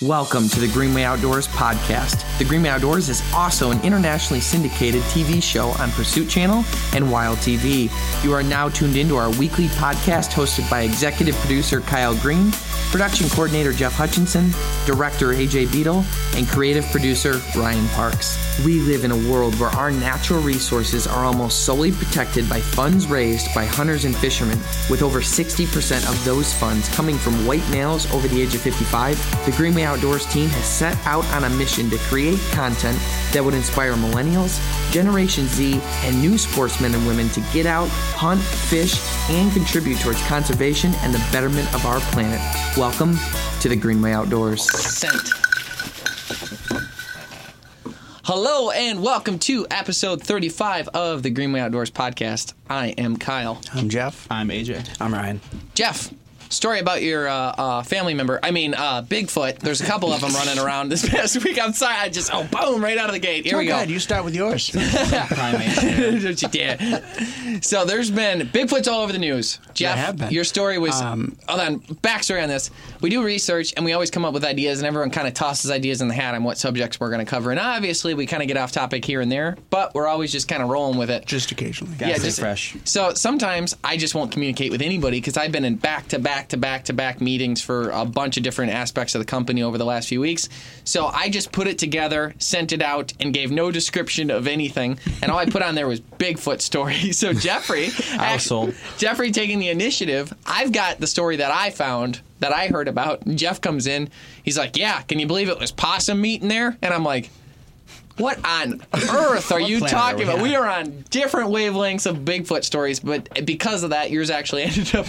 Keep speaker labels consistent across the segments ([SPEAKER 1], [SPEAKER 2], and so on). [SPEAKER 1] Welcome to the Greenway Outdoors podcast. The Greenway Outdoors is also an internationally syndicated TV show on Pursuit Channel and Wild TV. You are now tuned into our weekly podcast hosted by executive producer Kyle Green, production coordinator Jeff Hutchinson, director AJ Beadle, and creative producer Ryan Parks. We live in a world where our natural resources are almost solely protected by funds raised by hunters and fishermen, with over 60% of those funds coming from white males over the age of 55. The Greenway Outdoors team has set out on a mission to create content that would inspire millennials, Generation Z, and new sportsmen and women to get out, hunt, fish, and contribute towards conservation and the betterment of our planet. Welcome to the Greenway Outdoors.
[SPEAKER 2] Sent. Hello and welcome to episode 35 of the Greenway Outdoors podcast. I am Kyle.
[SPEAKER 3] I'm Jeff.
[SPEAKER 4] I'm AJ.
[SPEAKER 3] I'm Ryan.
[SPEAKER 2] Jeff, story about your uh, uh, family member. I mean, uh, Bigfoot. There's a couple of them running around this past week outside. I just, oh, boom, right out of the gate. Here
[SPEAKER 3] Oh,
[SPEAKER 2] we go.
[SPEAKER 3] God, you start with yours.
[SPEAKER 4] Primate.
[SPEAKER 2] Don't you dare. so there's been Bigfoot's all over the news. Jeff,
[SPEAKER 3] have been. Um,
[SPEAKER 2] your story was. hold on, backstory on this. We do research and we always come up with ideas, and everyone kind of tosses ideas in the hat on what subjects we're going to cover. And obviously, we kind of get off topic here and there, but we're always just kind of rolling with it.
[SPEAKER 3] just occasionally.
[SPEAKER 4] Yeah. stay fresh.
[SPEAKER 2] So sometimes I just won't communicate with anybody because I've been in back to back to back to back meetings for a bunch of different aspects of the company over the last few weeks. So I just put it together, sent it out, and gave no description of anything. And all I put on there was Bigfoot story. So Jeffrey,
[SPEAKER 4] I was sold.
[SPEAKER 2] Jeffrey taking the initiative. I've got the story that I found that I heard about. And Jeff comes in. He's like, "Yeah, can you believe it was possum meat in there?" And I'm like. What on earth are you
[SPEAKER 4] planet
[SPEAKER 2] talking
[SPEAKER 4] are we
[SPEAKER 2] about?
[SPEAKER 4] on?
[SPEAKER 2] We are on different wavelengths of Bigfoot stories, but because of that, yours actually ended up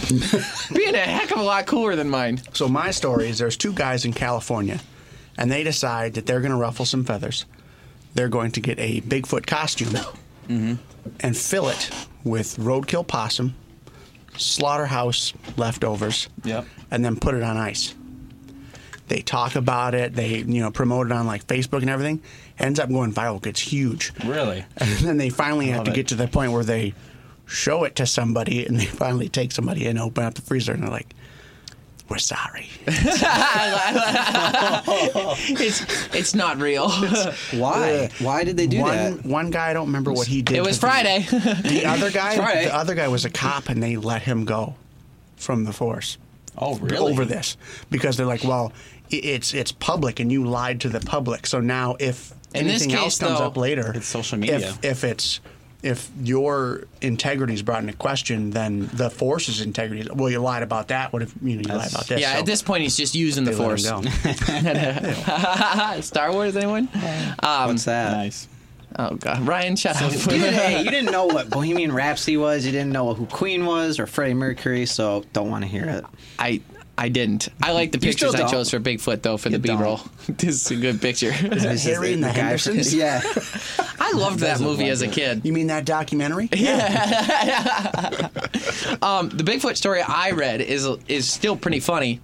[SPEAKER 2] being a heck of a lot cooler than mine.
[SPEAKER 3] So my story is there's two guys in California, and they decide that they're going to ruffle some feathers. They're going to get a Bigfoot costume
[SPEAKER 4] Mm-hmm.
[SPEAKER 3] and fill it with roadkill possum, slaughterhouse leftovers,
[SPEAKER 4] Yep.
[SPEAKER 3] and then put it on ice. They talk about it. They you know promote it on like Facebook and everything. Ends up going viral. Gets huge.
[SPEAKER 4] Really?
[SPEAKER 3] And then they finally have
[SPEAKER 4] love
[SPEAKER 3] to
[SPEAKER 4] it.
[SPEAKER 3] get to the point where they show it to somebody and they finally take somebody and open up the freezer and they're like, we're sorry.
[SPEAKER 2] It's it's not real.
[SPEAKER 5] Why? Why did they do
[SPEAKER 3] one,
[SPEAKER 5] that?
[SPEAKER 3] one guy, I don't remember what he did.
[SPEAKER 2] It was
[SPEAKER 3] to the-
[SPEAKER 2] Friday.
[SPEAKER 3] The other guy,
[SPEAKER 5] Friday.
[SPEAKER 3] the other guy was a cop and they let him go from the force
[SPEAKER 4] Oh, really?
[SPEAKER 3] over this because they're like, well, i- it's it's public and you lied to the public. So now if
[SPEAKER 2] In this
[SPEAKER 3] anything
[SPEAKER 2] case,
[SPEAKER 3] else comes
[SPEAKER 2] though,
[SPEAKER 3] up later,
[SPEAKER 4] it's social media.
[SPEAKER 3] If, if it's if your integrity is brought into question, then the force's integrity. is, Well, you lied about that. What if you, know, you lied
[SPEAKER 4] That's-
[SPEAKER 3] about this?
[SPEAKER 2] Yeah,
[SPEAKER 3] So
[SPEAKER 2] at this point, he's just using the
[SPEAKER 3] they let him
[SPEAKER 2] force.
[SPEAKER 3] go.
[SPEAKER 2] Star Wars, anyone?
[SPEAKER 5] What's that?
[SPEAKER 4] Nice.
[SPEAKER 2] Oh God, Ryan, shut
[SPEAKER 5] You
[SPEAKER 2] up.
[SPEAKER 5] didn't, hey, you didn't know what Bohemian Rhapsody was. You didn't know who Queen was or Freddie Mercury, so don't want to hear it.
[SPEAKER 2] I I didn't. I like the
[SPEAKER 5] You still
[SPEAKER 2] pictures I
[SPEAKER 5] don't.
[SPEAKER 2] chose for Bigfoot though for the
[SPEAKER 5] don't.
[SPEAKER 2] B-roll. this is a good picture.
[SPEAKER 5] This is
[SPEAKER 3] Harry and the
[SPEAKER 5] guy from-
[SPEAKER 3] Hendersons?
[SPEAKER 5] yeah.
[SPEAKER 2] I loved that
[SPEAKER 5] Doesn't
[SPEAKER 2] movie
[SPEAKER 5] like
[SPEAKER 2] as a
[SPEAKER 5] it.
[SPEAKER 2] kid.
[SPEAKER 3] You mean that documentary?
[SPEAKER 2] um, the Bigfoot story I read is is still pretty funny.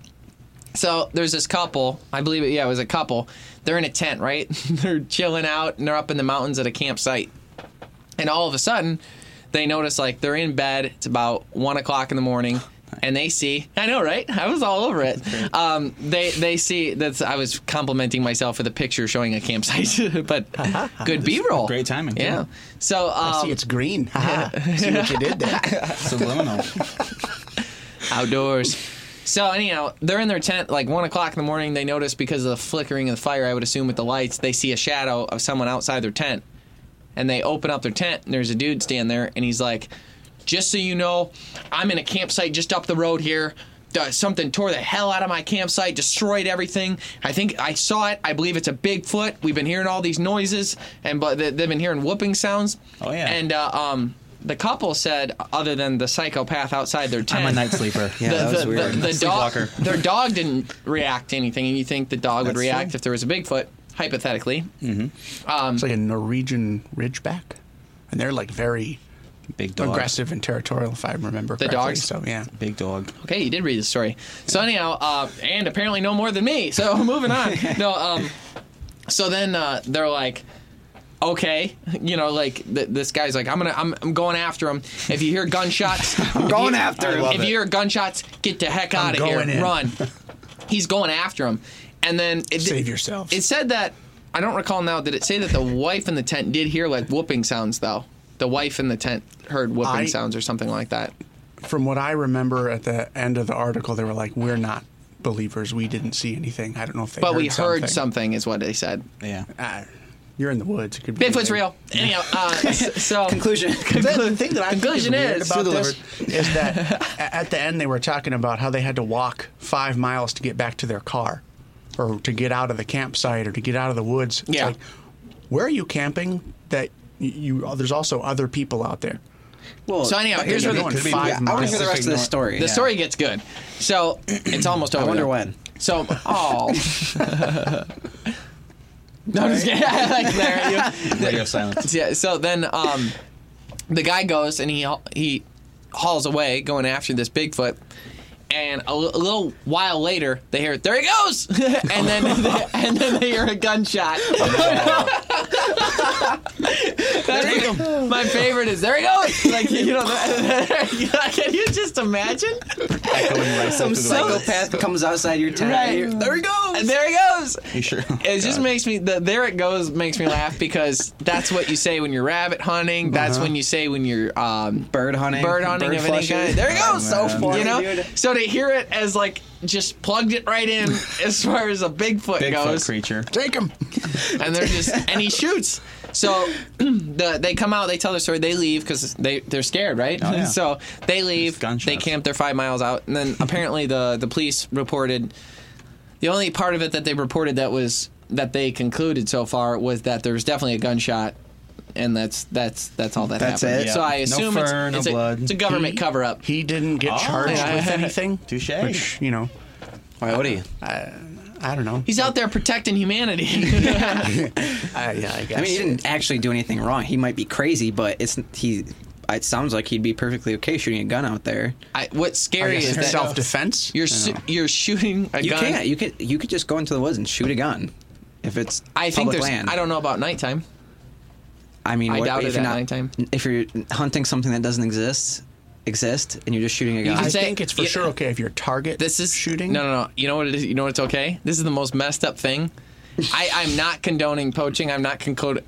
[SPEAKER 2] So there's this couple, I believe it, yeah, it was a couple. They're in a tent, right? they're chilling out and they're up in the mountains at a campsite. And all of a sudden, they notice like they're in bed. It's about one o'clock in the morning, and they see. I know, right? I was all over it. Um, they they see that's. I was complimenting myself with a picture showing a campsite, but good B roll.
[SPEAKER 4] Uh-huh. great timing,
[SPEAKER 2] Yeah.
[SPEAKER 4] yeah.
[SPEAKER 2] So um,
[SPEAKER 3] See, it's green. Ha ha. See what you did there.
[SPEAKER 4] Subliminal.
[SPEAKER 2] outdoors. So anyhow, they're in their tent like one o'clock in the morning. They notice because of the flickering of the fire, I would assume with the lights, they see a shadow of someone outside their tent, and they open up their tent and there's a dude standing there, and he's like, "Just so you know, I'm in a campsite just up the road here." Uh, Something tore the hell out of my campsite, destroyed everything. I think I saw it. I believe it's a Bigfoot. We've been hearing all these noises, and but they- they've been hearing whooping sounds.
[SPEAKER 4] Oh, yeah.
[SPEAKER 2] And uh, um, the couple said, other than the psychopath outside their tent,
[SPEAKER 4] I'm a night sleeper.
[SPEAKER 5] Yeah. that
[SPEAKER 2] the,
[SPEAKER 5] was
[SPEAKER 2] the-
[SPEAKER 5] weird.
[SPEAKER 2] the- the dog,
[SPEAKER 4] Sleepwalker.
[SPEAKER 2] their dog didn't react to anything, and you think the dog would
[SPEAKER 4] That's
[SPEAKER 2] react
[SPEAKER 4] true.
[SPEAKER 2] if there was a Bigfoot, hypothetically.
[SPEAKER 3] It's like a Norwegian Ridgeback, and they're like very
[SPEAKER 4] Big dog.
[SPEAKER 3] aggressive and territorial, if I remember correctly.
[SPEAKER 2] dogs?
[SPEAKER 3] So yeah,
[SPEAKER 4] Big dog.
[SPEAKER 2] Okay, you did read the story. So anyhow, uh, and apparently no more than me. So moving on. no, um, so then uh, they're like, okay, you know, like th- this guy's like, I'm gonna, I'm, I'm going after him. If you hear gunshots, I'm
[SPEAKER 5] going after him.
[SPEAKER 2] If you hear gunshots, get the heck out of here,
[SPEAKER 3] going in.
[SPEAKER 2] run. He's going after him, And then it
[SPEAKER 3] Save yourselves.
[SPEAKER 2] It said that I don't recall now. Did it say that the wife in the tent did hear like whooping sounds though? The wife in the tent heard whooping
[SPEAKER 3] I-
[SPEAKER 2] sounds or something like that.
[SPEAKER 3] From what I remember at the end of the article, they were like, "We're not believers. We didn't see anything. I don't know if they."
[SPEAKER 2] But
[SPEAKER 3] heard
[SPEAKER 2] we
[SPEAKER 3] something.
[SPEAKER 2] heard something, is what they said.
[SPEAKER 4] Yeah.
[SPEAKER 3] Ah, you're in the woods. It could be
[SPEAKER 2] Bigfoot's
[SPEAKER 3] anything.
[SPEAKER 2] real. Anyhow, uh, s- so
[SPEAKER 5] Conclusion.
[SPEAKER 3] The thing that I think is
[SPEAKER 2] Conclusion
[SPEAKER 3] weird
[SPEAKER 2] is-
[SPEAKER 3] about
[SPEAKER 2] Still
[SPEAKER 3] this is that a- at the end they were talking about how they had to walk five miles to get back to their car, or to get out of the campsite, or to get out of the woods. It's
[SPEAKER 2] Yeah.
[SPEAKER 3] like, where are you camping? That y- you there's also other people out there.
[SPEAKER 5] Well,
[SPEAKER 2] So anyhow,
[SPEAKER 5] but
[SPEAKER 2] here's
[SPEAKER 5] they're
[SPEAKER 2] where
[SPEAKER 5] going
[SPEAKER 2] the-
[SPEAKER 5] to be-
[SPEAKER 3] five
[SPEAKER 5] I want
[SPEAKER 3] miles.
[SPEAKER 5] to hear the rest of this story.
[SPEAKER 2] the story gets good. So it's almost over.
[SPEAKER 5] wonder
[SPEAKER 2] though.
[SPEAKER 5] when.
[SPEAKER 2] So oh. No, I'm just kidding. I like there you.
[SPEAKER 4] Radio silence.
[SPEAKER 2] Yeah. So then, um, the guy goes and he he hauls away, going after this Bigfoot. And a li- a little while later, they hear there he goes, and then and then they hear a gunshot. Oh, That's- my favorite is there he goes. Like you know, that- can you just imagine?
[SPEAKER 4] Echoing right
[SPEAKER 5] Some
[SPEAKER 4] through the
[SPEAKER 5] psychopath comes outside your tent. and you're-
[SPEAKER 2] there he goes. And there he goes.
[SPEAKER 4] You sure?
[SPEAKER 2] It just
[SPEAKER 4] God.
[SPEAKER 2] makes me the there it goes makes me laugh because that's what you say when you're rabbit hunting. That's when you say when you're um,
[SPEAKER 5] Uh-huh. Bird hunting,
[SPEAKER 2] bird hunting
[SPEAKER 5] bird
[SPEAKER 2] of any
[SPEAKER 5] flushes.
[SPEAKER 2] kind. There it
[SPEAKER 5] Oh,
[SPEAKER 2] goes.
[SPEAKER 5] man.
[SPEAKER 2] you
[SPEAKER 5] Funny,
[SPEAKER 2] know.
[SPEAKER 5] dude.
[SPEAKER 2] So to hear it as like just plugged it right in as far as a Bigfoot,
[SPEAKER 4] Bigfoot
[SPEAKER 2] goes,
[SPEAKER 4] creature.
[SPEAKER 3] Take them.
[SPEAKER 2] and they're just and he shoots. So the, they come out, they tell their story, they leave because they they're scared, right?
[SPEAKER 4] Oh, yeah.
[SPEAKER 2] So they leave,
[SPEAKER 4] gunshots.
[SPEAKER 2] they camp, they're five miles out, and then apparently the the police reported the only part of it that they reported that was that they concluded so far was that there was definitely a gunshot. And that's that's that's all that
[SPEAKER 5] That's
[SPEAKER 2] happened.
[SPEAKER 5] it?
[SPEAKER 2] So I
[SPEAKER 4] Yeah. No
[SPEAKER 2] assume it's,
[SPEAKER 4] fur, no
[SPEAKER 2] it's,
[SPEAKER 4] blood.
[SPEAKER 2] A, it's a government
[SPEAKER 3] He-
[SPEAKER 2] cover up.
[SPEAKER 3] He didn't get charged
[SPEAKER 2] yeah.
[SPEAKER 3] with anything.
[SPEAKER 4] Touche.
[SPEAKER 3] Which you know,
[SPEAKER 5] Why would he?
[SPEAKER 3] I don't know.
[SPEAKER 2] He's out there protecting humanity.
[SPEAKER 3] I, yeah, I guess.
[SPEAKER 5] I mean, he didn't actually do anything wrong. He might be crazy, but it's he. It sounds like he'd be perfectly okay shooting a gun out there.
[SPEAKER 2] I, what's
[SPEAKER 3] I
[SPEAKER 2] scary
[SPEAKER 3] guess
[SPEAKER 2] is that
[SPEAKER 3] self defense.
[SPEAKER 2] you're su- you're shooting a
[SPEAKER 5] You
[SPEAKER 2] gun.
[SPEAKER 5] can't. You could. You could just go into the woods and shoot a gun, if it's
[SPEAKER 2] I think
[SPEAKER 5] public
[SPEAKER 2] there's.
[SPEAKER 5] land.
[SPEAKER 2] I don't know about nighttime.
[SPEAKER 5] I mean,
[SPEAKER 2] I
[SPEAKER 5] what,
[SPEAKER 2] doubt
[SPEAKER 5] if
[SPEAKER 2] it
[SPEAKER 5] you're
[SPEAKER 2] at
[SPEAKER 5] not-
[SPEAKER 2] nighttime.
[SPEAKER 5] If you're hunting something that doesn't exist, exist, and you're just shooting a gun,
[SPEAKER 2] can
[SPEAKER 3] I
[SPEAKER 2] say-
[SPEAKER 3] think it's for
[SPEAKER 2] yeah.
[SPEAKER 3] sure okay if your target
[SPEAKER 2] This is
[SPEAKER 3] shooting.
[SPEAKER 2] No, no, no. You know what it is? You know what's okay? This is the most messed up thing. I, I'm not condoning poaching. I'm not condoning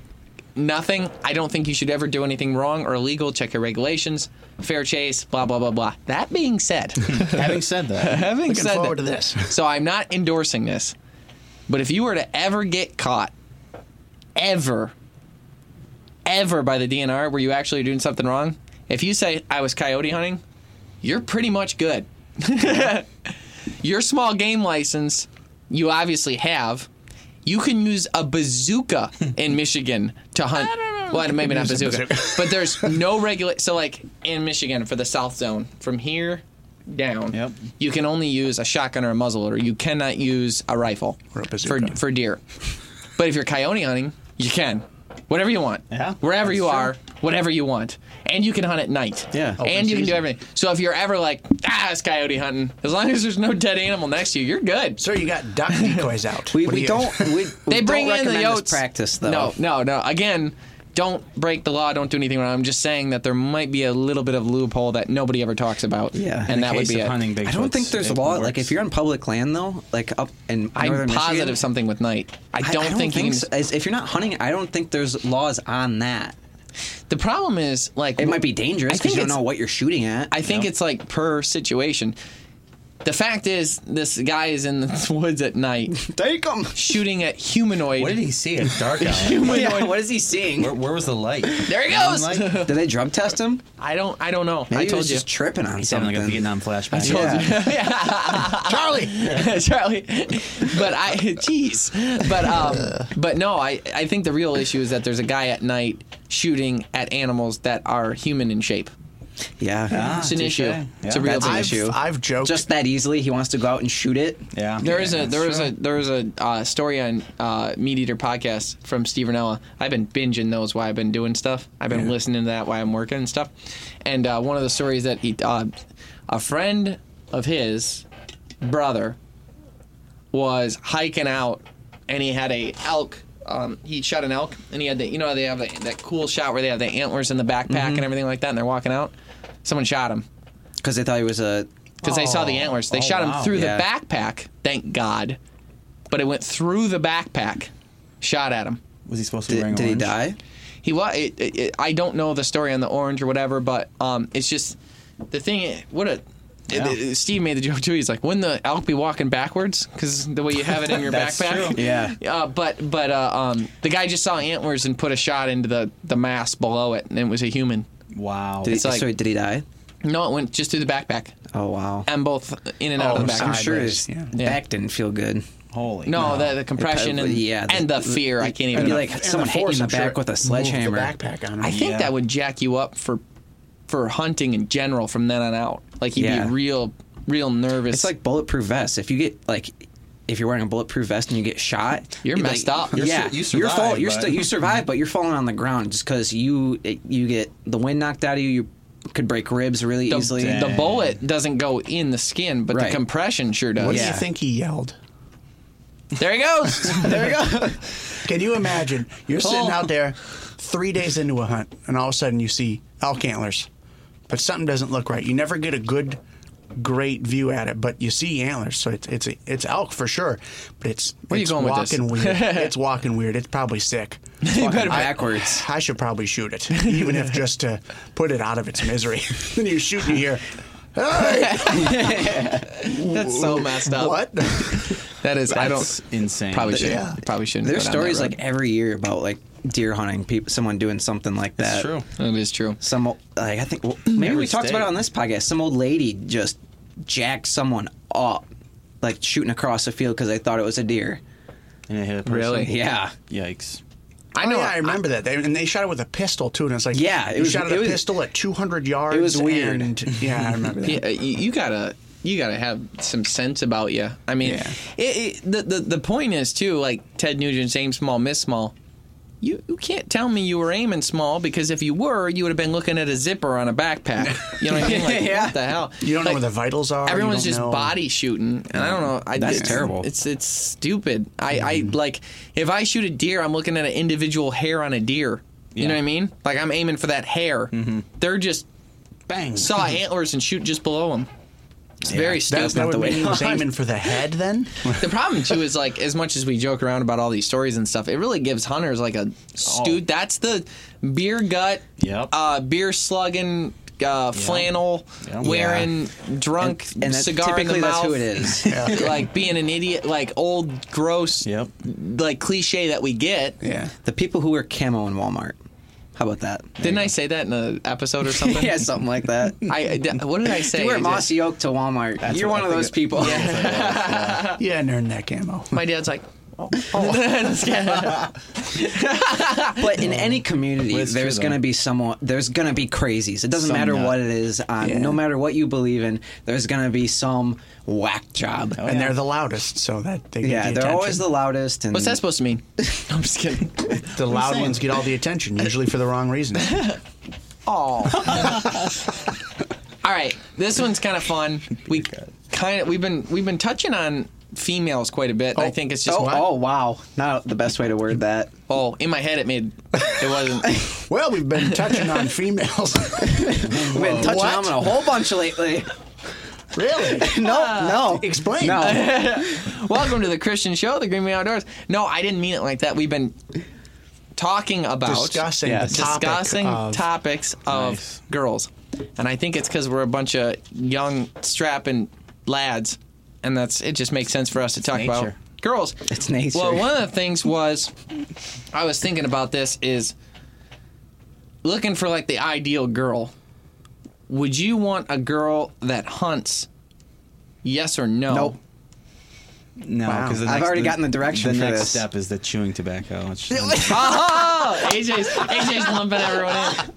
[SPEAKER 2] nothing. I don't think you should ever do anything wrong or illegal. Check your regulations. Fair chase. Blah blah blah blah. That being said,
[SPEAKER 4] Having said that,
[SPEAKER 2] having
[SPEAKER 3] Looking
[SPEAKER 2] said
[SPEAKER 3] forward
[SPEAKER 2] that,
[SPEAKER 3] to this.
[SPEAKER 2] So I'm not endorsing this, but if you were to ever get caught, ever, ever by the DNR where you actually are doing something wrong, if you say I was coyote hunting, you're pretty much good. Your small game license, you obviously have. You can use a bazooka in Michigan to hunt. Well, maybe not bazooka, but there's no regulate. So, like in Michigan for the South Zone, from here down,
[SPEAKER 4] Yep.
[SPEAKER 2] you can only use a shotgun or a muzzleloader. You cannot use a rifle
[SPEAKER 3] Or a
[SPEAKER 2] for
[SPEAKER 3] bazooka.
[SPEAKER 2] for deer. But if you're coyote hunting, you can. Whatever you want.
[SPEAKER 4] Yeah,
[SPEAKER 2] Wherever
[SPEAKER 4] that's
[SPEAKER 2] you
[SPEAKER 4] true.
[SPEAKER 2] are, whatever you want. And you can hunt at night.
[SPEAKER 5] Yeah. Open
[SPEAKER 2] And you can do
[SPEAKER 4] season.
[SPEAKER 2] everything. So if you're ever like, ah, it's coyote hunting, as long as there's no dead animal next to you, you're good.
[SPEAKER 3] Sir, you got duck decoys out.
[SPEAKER 5] we,
[SPEAKER 3] What
[SPEAKER 5] we
[SPEAKER 3] you-
[SPEAKER 5] don't. We,
[SPEAKER 2] they bring
[SPEAKER 5] don't
[SPEAKER 2] in the
[SPEAKER 5] recommend this
[SPEAKER 2] oats.
[SPEAKER 5] practice though.
[SPEAKER 2] No, no, no. Again, don't break the law. Don't do anything wrong. I'm just saying that there might be a little bit of loophole that nobody ever talks about.
[SPEAKER 5] Yeah. In
[SPEAKER 2] and
[SPEAKER 5] the
[SPEAKER 2] that would
[SPEAKER 4] case
[SPEAKER 2] be
[SPEAKER 4] of
[SPEAKER 2] it.
[SPEAKER 4] hunting Bigfoots,
[SPEAKER 5] I don't think there's a
[SPEAKER 4] it
[SPEAKER 5] law. Like,
[SPEAKER 4] works.
[SPEAKER 5] if you're on public land though, like up in northern
[SPEAKER 2] I'm positive
[SPEAKER 5] Michigan,
[SPEAKER 2] something with night. I
[SPEAKER 5] I- I
[SPEAKER 2] don't, think, you can.
[SPEAKER 5] so. As- If you're not hunting, I don't think there's laws on that.
[SPEAKER 2] The problem is like
[SPEAKER 5] It
[SPEAKER 2] wh-
[SPEAKER 5] might be
[SPEAKER 2] I
[SPEAKER 5] dangerous because
[SPEAKER 2] think
[SPEAKER 5] you don't
[SPEAKER 2] it's-
[SPEAKER 5] know what you're shooting at.
[SPEAKER 2] I think it's like per situation. The fact is, this guy is in the woods at night
[SPEAKER 5] take them.
[SPEAKER 2] shooting at humanoid.
[SPEAKER 4] what did he see? It's dark out.
[SPEAKER 5] Yeah, what is he seeing?
[SPEAKER 4] Where, where was the light?
[SPEAKER 2] There he goes.
[SPEAKER 4] Moonlight?
[SPEAKER 5] Did they drug test him?
[SPEAKER 2] I don't. I don't know.
[SPEAKER 5] Maybe
[SPEAKER 2] I
[SPEAKER 5] he
[SPEAKER 2] told
[SPEAKER 5] was
[SPEAKER 2] you.
[SPEAKER 5] just tripping on
[SPEAKER 4] He's having
[SPEAKER 5] something.
[SPEAKER 4] like a Vietnam flashback.
[SPEAKER 5] told you.
[SPEAKER 2] Charlie, Charlie, but I, jeez, but um, but no, I I think the real issue is that there's a guy at night shooting at animals that are human in shape.
[SPEAKER 5] yeah.
[SPEAKER 4] Ah,
[SPEAKER 2] It's an
[SPEAKER 4] touche.
[SPEAKER 2] issue.
[SPEAKER 4] Yeah.
[SPEAKER 2] It's a real
[SPEAKER 5] That's
[SPEAKER 2] big
[SPEAKER 5] an
[SPEAKER 2] issue.
[SPEAKER 5] issue.
[SPEAKER 3] I've joked.
[SPEAKER 5] Just that easily, he wants to go out and shoot it.
[SPEAKER 4] Yeah.
[SPEAKER 2] There is
[SPEAKER 4] Yeah,
[SPEAKER 2] a there
[SPEAKER 4] that's
[SPEAKER 2] is a
[SPEAKER 4] true.
[SPEAKER 2] there is a uh, story on uh, Meat Eater podcast from Steve Renella. I've been binging those while I've been doing stuff. I've been listening to that while I'm working and stuff. And uh, one of the stories that he uh, a friend of his brother was hiking out, and he had a elk. Um, he shot an elk, and he had the you know how they have the, that cool shot where they have the antlers in the backpack
[SPEAKER 4] Mm-hmm.
[SPEAKER 2] and everything like that, and they're walking out. Someone shot him
[SPEAKER 5] because they thought he was a.
[SPEAKER 2] because they saw the antlers. They
[SPEAKER 4] Oh,
[SPEAKER 2] shot him
[SPEAKER 4] wow.
[SPEAKER 2] through
[SPEAKER 5] Yeah.
[SPEAKER 2] the backpack. Thank God. but it went through the backpack, shot at him.
[SPEAKER 4] Was he supposed to be
[SPEAKER 5] Did,
[SPEAKER 4] wearing
[SPEAKER 5] did he
[SPEAKER 4] orange?
[SPEAKER 5] die?
[SPEAKER 2] He was. It, it, it, I don't know the story on the orange or whatever, but um, it's just the thing. What a.
[SPEAKER 4] Yeah.
[SPEAKER 2] it- it- Steve made the joke too. He's like, "Wouldn't the elk be walking backwards? Because the way you have it in your
[SPEAKER 4] That's
[SPEAKER 2] backpack."
[SPEAKER 4] true.
[SPEAKER 5] Yeah.
[SPEAKER 2] Uh, but but uh, um, the guy just saw antlers and put a shot into the the mass below it, and it was a human.
[SPEAKER 4] Wow.
[SPEAKER 5] Did he,
[SPEAKER 2] It's like-
[SPEAKER 5] so did he die?
[SPEAKER 2] No, it went just through the backpack.
[SPEAKER 5] Oh wow.
[SPEAKER 2] And both in and out
[SPEAKER 3] Oh,
[SPEAKER 2] of the
[SPEAKER 3] I'm
[SPEAKER 2] backpack.
[SPEAKER 5] I'm sure
[SPEAKER 3] sideways,
[SPEAKER 5] his
[SPEAKER 3] yeah.
[SPEAKER 5] back didn't feel good.
[SPEAKER 4] Holy.
[SPEAKER 2] No, the, the compression and,
[SPEAKER 5] Probably- yeah,
[SPEAKER 2] and the fear. I can't even.
[SPEAKER 5] It'd be like someone hit you in the back with a sledgehammer.
[SPEAKER 3] The backpack on him.
[SPEAKER 2] I think
[SPEAKER 4] Yeah.
[SPEAKER 2] that would jack you up for for hunting in general from then on out. Like you'd
[SPEAKER 5] Yeah.
[SPEAKER 2] be real real nervous.
[SPEAKER 5] It's like bulletproof vests. If you get like, if you're wearing a bulletproof vest and you get shot,
[SPEAKER 2] You're
[SPEAKER 5] like,
[SPEAKER 2] messed up. You're
[SPEAKER 5] yeah,
[SPEAKER 4] su- you
[SPEAKER 5] you're fall,
[SPEAKER 4] survived,
[SPEAKER 5] you're
[SPEAKER 4] bud.
[SPEAKER 5] still you survive, but you're falling on the ground just because you it, you get the wind knocked out of you. You could break ribs really
[SPEAKER 2] the,
[SPEAKER 5] easily.
[SPEAKER 2] the bullet doesn't go in the skin, but
[SPEAKER 5] Right.
[SPEAKER 2] the compression sure
[SPEAKER 3] What
[SPEAKER 2] does.
[SPEAKER 3] do
[SPEAKER 5] Yeah.
[SPEAKER 3] you think he yelled?
[SPEAKER 2] There he goes.
[SPEAKER 3] There you go. Can you imagine? You're sitting out there three days into a hunt, and all of a sudden you see elk antlers, but something doesn't look right. You never get a good, great view at it, but you see antlers, so it's it's it's elk for sure. But it's
[SPEAKER 2] are you
[SPEAKER 3] it's
[SPEAKER 2] going with this?
[SPEAKER 3] walking weird. It's walking weird. It's probably sick.
[SPEAKER 5] You better
[SPEAKER 3] I-
[SPEAKER 5] backwards.
[SPEAKER 3] I, should probably shoot it, even if just to put it out of its misery. then you shoot and you hear. "Hey!"
[SPEAKER 2] That's so messed up.
[SPEAKER 3] What?
[SPEAKER 2] That is. I don't.
[SPEAKER 4] insane.
[SPEAKER 2] Probably shouldn't.
[SPEAKER 3] Yeah.
[SPEAKER 2] Probably shouldn't.
[SPEAKER 5] There's
[SPEAKER 2] go down that
[SPEAKER 5] stories like
[SPEAKER 2] road.
[SPEAKER 5] every year about like deer hunting, people, someone doing something like
[SPEAKER 4] That's
[SPEAKER 5] that.
[SPEAKER 4] true.
[SPEAKER 2] It is true.
[SPEAKER 5] Some o- like I think well,
[SPEAKER 2] Mm.
[SPEAKER 5] maybe
[SPEAKER 4] Every
[SPEAKER 5] we talked about
[SPEAKER 4] state.
[SPEAKER 5] it on this podcast. Some old lady just jacked someone up, like shooting across the field because they thought it was a deer.
[SPEAKER 4] And it hit a person.
[SPEAKER 2] Really?
[SPEAKER 5] Yeah.
[SPEAKER 4] Yikes.
[SPEAKER 2] I
[SPEAKER 3] I know.
[SPEAKER 2] know.
[SPEAKER 3] Oh, I remember that. They, and they shot it with a pistol too. And it's like,
[SPEAKER 5] Yeah, it
[SPEAKER 3] you
[SPEAKER 5] was-
[SPEAKER 3] shot
[SPEAKER 5] it
[SPEAKER 3] a
[SPEAKER 5] was-
[SPEAKER 3] pistol at 200 yards.
[SPEAKER 5] was weird.
[SPEAKER 3] and- yeah, I remember that.
[SPEAKER 2] Yeah, you, you gotta you gotta have some sense about you. I mean,
[SPEAKER 3] Yeah.
[SPEAKER 2] it, it, the, the the point is too like Ted Nugent's aim small, miss small. You you can't tell me you were aiming small because if you were, you would have been looking at a zipper on a backpack. You know what I mean? Like,
[SPEAKER 5] Yeah.
[SPEAKER 2] What the hell?
[SPEAKER 3] You don't know
[SPEAKER 2] Like,
[SPEAKER 3] where the vitals are. you
[SPEAKER 2] Everyone's
[SPEAKER 3] don't
[SPEAKER 2] just
[SPEAKER 3] know-
[SPEAKER 2] body shooting, and I don't know. I,
[SPEAKER 5] That's
[SPEAKER 2] it's-
[SPEAKER 5] terrible.
[SPEAKER 2] It's it's stupid. I, I
[SPEAKER 3] Mm-hmm.
[SPEAKER 2] like if I shoot a deer, I'm looking at an individual hair on a deer. You know
[SPEAKER 4] Yeah.
[SPEAKER 2] what I mean? Like I'm aiming for that hair. They're just
[SPEAKER 3] Mm-hmm. bang.
[SPEAKER 2] saw antlers and shoot just below them. It's very stupid.
[SPEAKER 3] That's not
[SPEAKER 5] the
[SPEAKER 3] the
[SPEAKER 5] way
[SPEAKER 3] way he
[SPEAKER 5] it
[SPEAKER 3] was aiming for the head. Then
[SPEAKER 2] the problem too is like as much as we joke around about all these stories and stuff, it really gives hunters like a stu.
[SPEAKER 4] Oh.
[SPEAKER 2] That's the beer gut,
[SPEAKER 4] Yep.
[SPEAKER 2] uh, beer slugging, uh, flannel
[SPEAKER 4] Yep.
[SPEAKER 2] wearing, drunk,
[SPEAKER 5] And that's
[SPEAKER 2] cigar in the
[SPEAKER 5] typically
[SPEAKER 2] mouth.
[SPEAKER 5] that's who it is.
[SPEAKER 2] like being an idiot, like old gross,
[SPEAKER 4] Yep.
[SPEAKER 2] like cliche that we get.
[SPEAKER 3] yeah,
[SPEAKER 5] The people who wear camo in Walmart. How about that?
[SPEAKER 2] Didn't I say that in an episode or something?
[SPEAKER 5] yeah, something like that.
[SPEAKER 2] I, I- d- what did I say?
[SPEAKER 5] you wear
[SPEAKER 2] I did-
[SPEAKER 5] mossy oak to Walmart. You're
[SPEAKER 4] what
[SPEAKER 5] one
[SPEAKER 4] I
[SPEAKER 5] of
[SPEAKER 4] think
[SPEAKER 5] those
[SPEAKER 4] it-
[SPEAKER 5] people.
[SPEAKER 3] yeah, and earn that camo.
[SPEAKER 2] My dad's like, oh, oh.
[SPEAKER 5] but in any community,
[SPEAKER 4] But it's true,
[SPEAKER 5] there's
[SPEAKER 4] though.
[SPEAKER 5] going to be someone. There's going to be crazies. It doesn't
[SPEAKER 4] Some
[SPEAKER 5] matter
[SPEAKER 4] nut.
[SPEAKER 5] what it is. Um,
[SPEAKER 3] Yeah.
[SPEAKER 5] No matter what you believe in, there's going to be some whack job.
[SPEAKER 4] Oh,
[SPEAKER 3] And they're the loudest, so that they get
[SPEAKER 5] yeah,
[SPEAKER 3] the
[SPEAKER 5] they're
[SPEAKER 3] attention.
[SPEAKER 5] always the loudest. And
[SPEAKER 2] What's that supposed to mean? I'm just kidding.
[SPEAKER 3] the loud
[SPEAKER 4] saying.
[SPEAKER 3] ones get all the attention, usually for the wrong reason.
[SPEAKER 2] All right, this one's kind of fun. We kind of we've been we've been touching on females quite a bit. and I
[SPEAKER 3] Oh,
[SPEAKER 2] think it's just
[SPEAKER 5] Oh,
[SPEAKER 2] oh,
[SPEAKER 5] oh, wow! Not the best way to word that.
[SPEAKER 2] in my head it made it wasn't.
[SPEAKER 3] well, we've been touching on females.
[SPEAKER 5] We've been touching
[SPEAKER 3] What?
[SPEAKER 5] on them a whole bunch lately.
[SPEAKER 3] really?
[SPEAKER 5] no, no.
[SPEAKER 3] Explain.
[SPEAKER 5] No.
[SPEAKER 2] Welcome to the Christian Show, the Green Bay Outdoors. No, I didn't mean it like that. We've been talking about
[SPEAKER 3] Discussing
[SPEAKER 5] Yeah,
[SPEAKER 3] the topic
[SPEAKER 2] discussing
[SPEAKER 3] of-
[SPEAKER 2] topics of
[SPEAKER 4] Nice.
[SPEAKER 2] girls, and I think it's because we're a bunch of young strapping lads, and that's it. Just makes sense for us to talk about
[SPEAKER 4] nature.
[SPEAKER 2] girls.
[SPEAKER 5] It's nature.
[SPEAKER 2] Well, one of the things was I was thinking about this is looking for like the ideal girl. Would you want a girl that hunts? Yes or no?
[SPEAKER 5] Nope.
[SPEAKER 4] No,
[SPEAKER 3] Wow.
[SPEAKER 4] because
[SPEAKER 5] I've already gotten the direction
[SPEAKER 4] The
[SPEAKER 5] for
[SPEAKER 4] next
[SPEAKER 5] this.
[SPEAKER 4] step is the chewing tobacco. It's just-
[SPEAKER 2] Oh, AJ's AJ's lumping everyone in.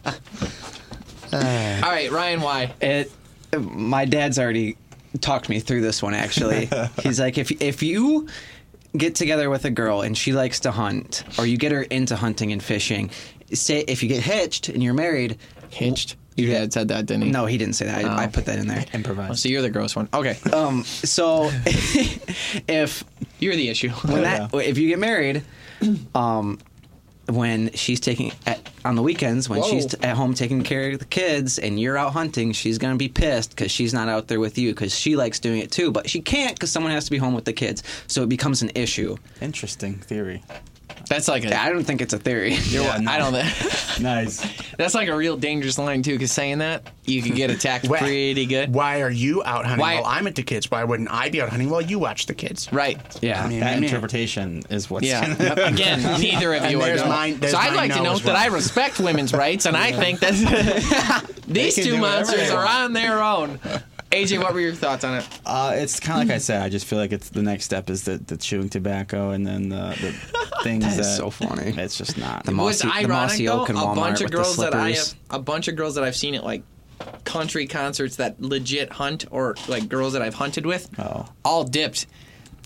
[SPEAKER 2] All right, Ryan. Why?
[SPEAKER 5] it my dad's already talked me through this one actually he's like if if you get together with a girl and she likes to hunt or you get her into hunting and fishing say if you get hitched and you're married
[SPEAKER 2] Hitched. Your dad said that, didn't he?
[SPEAKER 5] no he didn't say that I, I put that in there
[SPEAKER 2] Oh,
[SPEAKER 4] improvise.
[SPEAKER 2] so you're the gross one. Okay.
[SPEAKER 5] um so if
[SPEAKER 2] You're the issue.
[SPEAKER 5] when that if you get married um when she's taking at, on the weekends when
[SPEAKER 2] Whoa.
[SPEAKER 5] she's t- at home taking care of the kids and you're out hunting, she's going to be pissed because she's not out there with you because she likes doing it too. But she can't because someone has to be home with the kids. So it becomes an issue.
[SPEAKER 4] Interesting theory.
[SPEAKER 2] That's like a.
[SPEAKER 5] I don't think it's a theory.
[SPEAKER 4] Yeah, no.
[SPEAKER 2] I don't think.
[SPEAKER 4] Nice.
[SPEAKER 2] That's like a real dangerous line too, because saying that you could get attacked
[SPEAKER 3] Wha-
[SPEAKER 2] pretty good.
[SPEAKER 3] Why are you out hunting
[SPEAKER 2] Why-
[SPEAKER 3] while I'm at the kids? Why wouldn't I be out hunting while you watch the kids?
[SPEAKER 2] Right.
[SPEAKER 5] Yeah.
[SPEAKER 3] I mean,
[SPEAKER 4] That
[SPEAKER 3] man.
[SPEAKER 4] interpretation is what's
[SPEAKER 2] Yeah.
[SPEAKER 4] gonna-
[SPEAKER 2] Yep. Again, neither of you
[SPEAKER 3] And
[SPEAKER 2] are.
[SPEAKER 3] there's
[SPEAKER 2] dumb.
[SPEAKER 3] mine- there's
[SPEAKER 2] so I'd
[SPEAKER 3] mine
[SPEAKER 2] like to
[SPEAKER 3] now
[SPEAKER 2] note
[SPEAKER 3] as
[SPEAKER 2] that
[SPEAKER 3] well.
[SPEAKER 2] I respect women's rights, and I think that these
[SPEAKER 4] can
[SPEAKER 2] two
[SPEAKER 4] do whatever
[SPEAKER 2] monsters
[SPEAKER 4] they
[SPEAKER 2] are
[SPEAKER 4] want.
[SPEAKER 2] on their own. AJ, what were your thoughts on it?
[SPEAKER 4] Uh, it's kind
[SPEAKER 5] Hmm.
[SPEAKER 4] of like I said. I just feel like it's the next step is the, the chewing tobacco and then the, the things that,
[SPEAKER 5] is so funny.
[SPEAKER 4] It's just not.
[SPEAKER 5] The mo-
[SPEAKER 2] What's
[SPEAKER 5] Mossy- the
[SPEAKER 2] ironic
[SPEAKER 5] Mossy
[SPEAKER 2] though,
[SPEAKER 5] Oak and
[SPEAKER 2] a
[SPEAKER 5] Walmart
[SPEAKER 2] bunch of
[SPEAKER 5] with the
[SPEAKER 2] girls that I have,
[SPEAKER 5] slippers.
[SPEAKER 2] a bunch of girls that I've seen at like country concerts that legit hunt or like girls that I've hunted with,
[SPEAKER 4] Oh.
[SPEAKER 2] all dipped.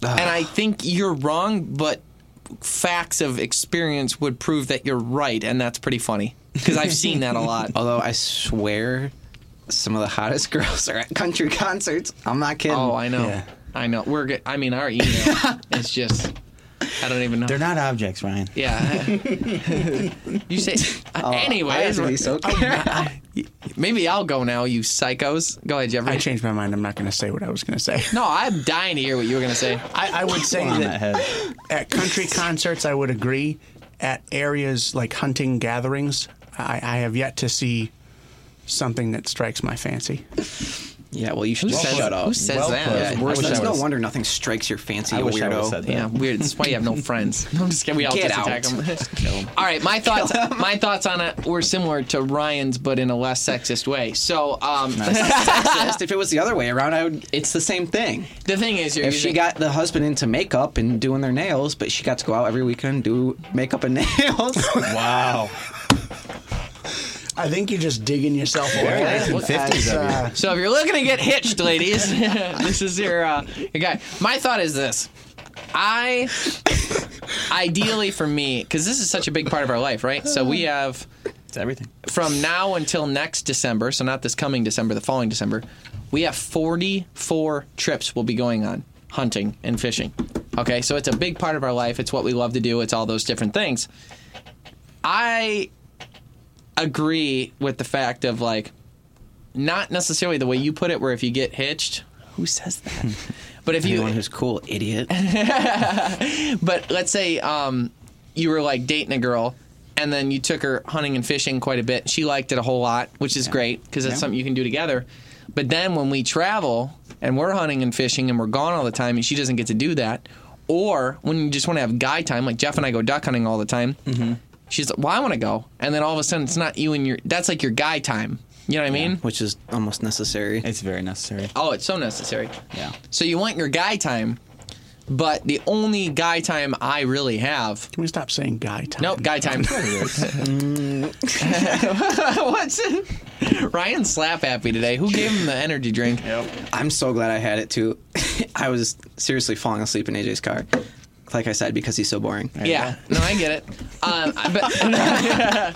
[SPEAKER 2] And I think you're wrong, but facts of experience would prove that you're right, and that's pretty funny because I've seen that a lot.
[SPEAKER 5] Although I swear some of the hottest girls are at country concerts. I'm not kidding.
[SPEAKER 2] Oh, I know,
[SPEAKER 4] Yeah.
[SPEAKER 2] I know. We're good. I mean, our email is just. I don't even know.
[SPEAKER 4] They're not objects, Ryan.
[SPEAKER 2] Yeah. you say.
[SPEAKER 5] Oh, I have
[SPEAKER 2] anyways,
[SPEAKER 5] to be so careful.
[SPEAKER 2] maybe I'll go now. You psychos. Go ahead, Jeffrey.
[SPEAKER 3] I changed my mind. I'm not going to say what I was going to say.
[SPEAKER 2] No, I'm dying to hear what you were gonna say.
[SPEAKER 3] I, I would say
[SPEAKER 4] On
[SPEAKER 3] that
[SPEAKER 4] that head.
[SPEAKER 3] at country concerts, I would agree. At areas like hunting gatherings, I, I have yet to see something that strikes my fancy.
[SPEAKER 5] Yeah, well, you should just
[SPEAKER 2] says-
[SPEAKER 5] shut up.
[SPEAKER 2] who says
[SPEAKER 4] Well
[SPEAKER 2] that?
[SPEAKER 4] put.
[SPEAKER 2] Yeah,
[SPEAKER 5] Yeah,
[SPEAKER 2] I
[SPEAKER 4] wish
[SPEAKER 5] it's
[SPEAKER 4] I
[SPEAKER 5] no
[SPEAKER 4] was-
[SPEAKER 5] wonder nothing strikes your fancy,
[SPEAKER 4] I
[SPEAKER 5] you
[SPEAKER 4] wish I
[SPEAKER 5] weirdo.
[SPEAKER 4] would've said that.
[SPEAKER 2] Yeah, weird. That's why you have no friends. No, I'm just kidding. We all
[SPEAKER 5] Get
[SPEAKER 2] just
[SPEAKER 5] out.
[SPEAKER 2] attack them. all right, my thoughts. My thoughts on it were similar to Ryan's, but in a less sexist way. So um,
[SPEAKER 5] Sexist. if it was the other way around, I would. It's the same thing.
[SPEAKER 2] the thing is, you're
[SPEAKER 5] If she
[SPEAKER 2] using-
[SPEAKER 5] got the husband into makeup and doing their nails, but she got to go out every weekend and do makeup and nails.
[SPEAKER 4] Wow.
[SPEAKER 3] I think you're just digging yourself away.
[SPEAKER 4] 1950s of you.
[SPEAKER 3] uh,
[SPEAKER 2] So if you're looking to get hitched, ladies, this is your uh, your guy. My thought is this: I ideally for me, because this is such a big part of our life, right? So we have
[SPEAKER 4] It's everything.
[SPEAKER 2] from now until next December, so not this coming December, the following December, we have 44 trips we'll be going on hunting and fishing. Okay, so it's a big part of our life. It's what we love to do, it's all those different things. I agree with the fact of like, not necessarily the way you put it, where if you get hitched, who says that? But if you
[SPEAKER 5] Anyone who's cool, idiot.
[SPEAKER 2] but let's say um, you were like dating a girl and then you took her hunting and fishing quite a bit. She liked it a whole lot, which is great because that's
[SPEAKER 4] Yeah.
[SPEAKER 2] something you can do together. But then when we travel and we're hunting and fishing and we're gone all the time and she doesn't get to do that, or when you just want to have guy time, like Jeff and I go duck hunting all the time,
[SPEAKER 4] Mm-hmm.
[SPEAKER 2] she's like, well, I want to go. And then all of a sudden it's not you and your, that's like your guy time. You know what I mean?
[SPEAKER 5] Which is almost necessary.
[SPEAKER 4] It's very necessary.
[SPEAKER 2] Oh, it's so necessary.
[SPEAKER 4] Yeah.
[SPEAKER 2] So you want your guy time, but the only guy time I really have
[SPEAKER 3] Can we stop saying guy time?
[SPEAKER 2] Nope, guy time. What's Ryan slap happy today? Who gave him the energy drink?
[SPEAKER 5] I'm so glad I had it too. I was seriously falling asleep in AJ's car. Like I said, because he's so boring.
[SPEAKER 2] Yeah, no, I get it. Um, but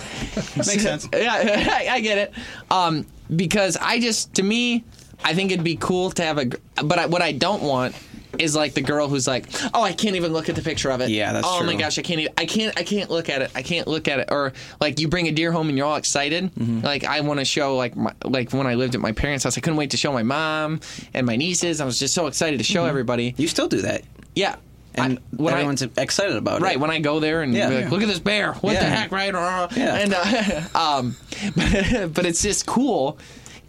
[SPEAKER 4] Makes sense.
[SPEAKER 2] yeah, I, I get it. Um, because I just, to me, I think it'd be cool to have a. gr- But I, what I don't want is like the girl who's like, oh, I can't even look at the picture of it.
[SPEAKER 5] Yeah, that's
[SPEAKER 2] Oh my
[SPEAKER 5] true.
[SPEAKER 2] gosh, I can't. Even, I can't. I can't look at it. I can't look at it. Or like you bring a deer home and you're all excited.
[SPEAKER 5] Mm-hmm.
[SPEAKER 2] Like I want to show like my, like when I lived at my parents' house, I couldn't wait to show my mom and my nieces. I was just so excited to show everybody.
[SPEAKER 5] Mm-hmm. You still do that.
[SPEAKER 2] Yeah.
[SPEAKER 5] And
[SPEAKER 2] I- when I-
[SPEAKER 5] everyone's excited about it.
[SPEAKER 2] Right when I go there and
[SPEAKER 5] Yeah.
[SPEAKER 2] be like, look at this bear, what the
[SPEAKER 5] Yeah.
[SPEAKER 2] heck, right? Uh,
[SPEAKER 5] Yeah.
[SPEAKER 2] And uh, um, but, but it's just cool.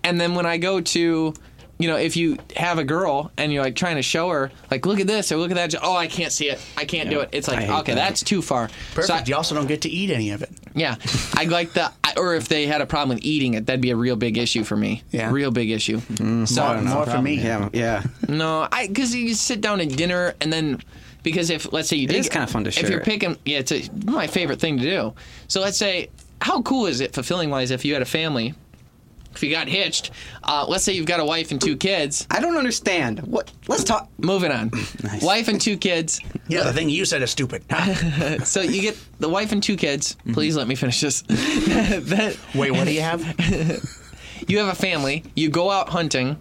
[SPEAKER 2] And then when I go to, you know, if you have a girl and you're like trying to show her, like, look at this or look at that, j- oh, I can't see it, I can't do it. It's
[SPEAKER 5] I
[SPEAKER 2] like,
[SPEAKER 5] hate
[SPEAKER 2] okay,
[SPEAKER 5] that.
[SPEAKER 2] that's too far. So I-
[SPEAKER 3] Perfect. You also don't get to eat any of it.
[SPEAKER 2] yeah, I like the, I, or if they had a problem with eating it, that'd be a real big issue for me.
[SPEAKER 3] Yeah.
[SPEAKER 2] real big issue. So
[SPEAKER 3] More, more
[SPEAKER 5] "Oh,
[SPEAKER 3] for me.
[SPEAKER 5] Yeah, yeah.
[SPEAKER 2] no, I because you sit down at dinner and then because if let's say you did
[SPEAKER 5] is kinda fun to
[SPEAKER 2] if
[SPEAKER 5] share
[SPEAKER 2] you're
[SPEAKER 5] it.
[SPEAKER 2] picking yeah it's a, my favorite thing to do. So let's say how cool is it fulfilling wise if you had a family. If you got hitched, uh, let's say you've got a wife and two kids.
[SPEAKER 5] I don't understand. What? Let's talk.
[SPEAKER 2] Moving on, wife and two kids.
[SPEAKER 3] Yeah, the thing you said is stupid.
[SPEAKER 2] So you get the wife and two kids.
[SPEAKER 5] Mm-hmm.
[SPEAKER 2] Please let me finish this. That-
[SPEAKER 3] Wait, what do you have?
[SPEAKER 2] you have a family. You go out hunting.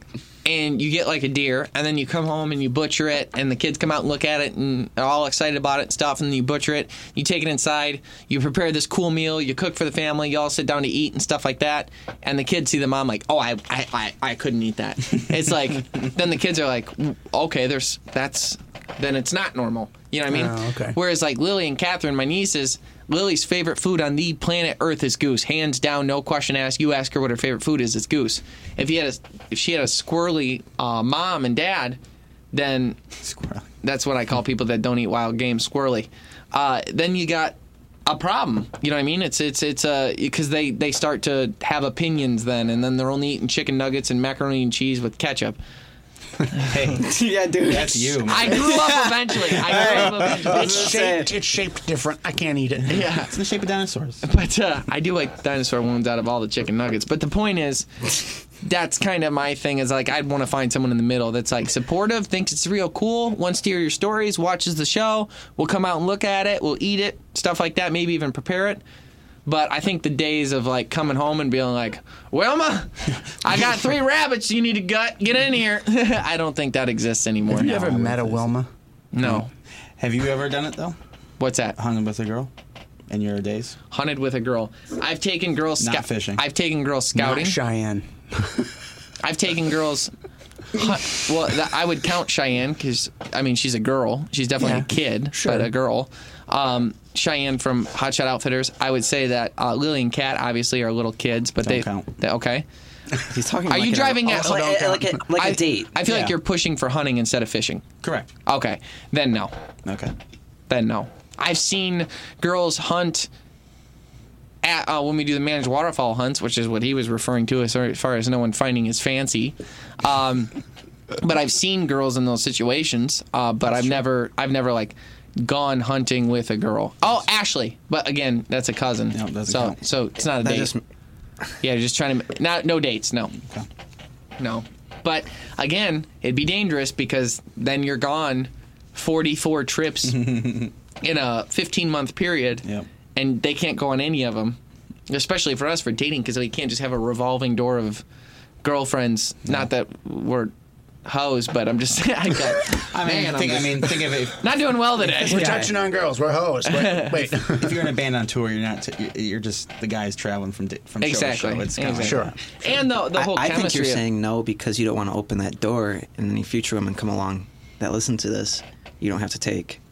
[SPEAKER 2] and you get like a deer, and then you come home and you butcher it, and the kids come out and look at it and are all excited about it and stuff, and then you butcher it, you take it inside, you prepare this cool meal, you cook for the family, you all sit down to eat and stuff like that, and the kids see the mom like, oh, I, I, I, I couldn't eat that. It's like, then the kids are like, okay, there's that's then it's not normal. You know what I mean?
[SPEAKER 3] Oh, okay.
[SPEAKER 2] Whereas like Lily and Catherine, my nieces, Lily's favorite food on the planet Earth is goose, hands down, no question asked. You ask her what her favorite food is, it's goose. If you had a, if she had a squirrely uh, mom and dad, then
[SPEAKER 4] Squirrel.
[SPEAKER 2] that's what I call people that don't eat wild game squirrely. Uh, then you got a problem. You know what I mean? It's it's it's uh because they they start to have opinions then, and then they're only eating chicken nuggets and macaroni and cheese with ketchup.
[SPEAKER 5] yeah, dude.
[SPEAKER 4] That's you. man.
[SPEAKER 2] I grew up eventually. I grew up eventually.
[SPEAKER 3] It's shaped, it's shaped different. I can't eat it.
[SPEAKER 2] Yeah.
[SPEAKER 4] It's in the shape of dinosaurs.
[SPEAKER 2] But uh, I do like dinosaur ones out of all the chicken nuggets. But the point is, that's kind of my thing. Is like I'd want to find someone in the middle that's like supportive, thinks it's real cool, wants to hear your stories, watches the show. We'll come out and look at it. We'll eat it, stuff like that. Maybe even prepare it. But I think the days of like coming home and being like, Wilma, I got three rabbits you need to gut. Get in here. I don't think that exists anymore.
[SPEAKER 3] Have you ever
[SPEAKER 4] I
[SPEAKER 3] met a
[SPEAKER 4] would-
[SPEAKER 3] Wilma?
[SPEAKER 2] No.
[SPEAKER 4] Have you ever done it though?
[SPEAKER 2] What's that?
[SPEAKER 4] Hung with a girl in your days?
[SPEAKER 2] Hunted with a girl. I've taken girls
[SPEAKER 4] Not
[SPEAKER 2] scou-
[SPEAKER 4] fishing.
[SPEAKER 2] I've taken girls scouting.
[SPEAKER 3] Not Cheyenne.
[SPEAKER 2] I've taken girls. Hu- well, th- I would count Cheyenne because I mean she's a girl. She's definitely a kid,
[SPEAKER 3] sure.
[SPEAKER 2] but a girl. Um, Cheyenne from Hot Shot Outfitters. I would say that uh, Lily and Kat obviously are little kids, but they,
[SPEAKER 4] count.
[SPEAKER 2] they- okay.
[SPEAKER 5] He's talking.
[SPEAKER 2] Are
[SPEAKER 5] like
[SPEAKER 2] you
[SPEAKER 5] an-
[SPEAKER 2] driving at-
[SPEAKER 5] also like,
[SPEAKER 3] don't
[SPEAKER 5] like a like a
[SPEAKER 2] I-
[SPEAKER 5] date?
[SPEAKER 2] I feel like
[SPEAKER 4] Yeah.
[SPEAKER 2] you're pushing for hunting instead of fishing.
[SPEAKER 4] Correct.
[SPEAKER 2] Okay, then no,
[SPEAKER 4] Okay.
[SPEAKER 2] then no. I've seen girls hunt. At, uh, when we do the managed waterfall hunts, which is what he was referring to as as far as no one finding his fancy, um, but I've seen girls in those situations. Uh, but I've never, I've never like gone hunting with a girl. Oh, Ashley, but again, that's a cousin.
[SPEAKER 4] No, doesn't
[SPEAKER 2] so,
[SPEAKER 4] count.
[SPEAKER 2] so it's not a
[SPEAKER 5] That
[SPEAKER 2] date.
[SPEAKER 5] just
[SPEAKER 2] Yeah, you're just trying to not no dates, no,
[SPEAKER 4] Okay.
[SPEAKER 2] no. But again, it'd be dangerous because then you're gone 44 trips in a 15 month period,
[SPEAKER 4] Yep.
[SPEAKER 2] and they can't go on any of them. Especially for us for dating, because we can't just have a revolving door of girlfriends. Not that we're hoes, but I'm just. I, got,
[SPEAKER 4] I mean,
[SPEAKER 2] man, I'm
[SPEAKER 4] think, I
[SPEAKER 2] just
[SPEAKER 4] mean, think of it. If,
[SPEAKER 2] not doing well today.
[SPEAKER 3] We're touching on girls. We're hoes. Wait, wait.
[SPEAKER 4] if you're in a band on tour, you're not. T- you're- you're just the guys traveling from di- from
[SPEAKER 2] Exactly.
[SPEAKER 4] show to show. It's kinda like
[SPEAKER 2] Exactly.
[SPEAKER 3] sure.
[SPEAKER 4] that.
[SPEAKER 2] and the the
[SPEAKER 5] I-
[SPEAKER 2] whole
[SPEAKER 5] I,
[SPEAKER 2] chemistry.
[SPEAKER 5] think you're
[SPEAKER 2] of-
[SPEAKER 5] saying no because you don't want to open that door, and any future women come along that listen to this, you don't have to take.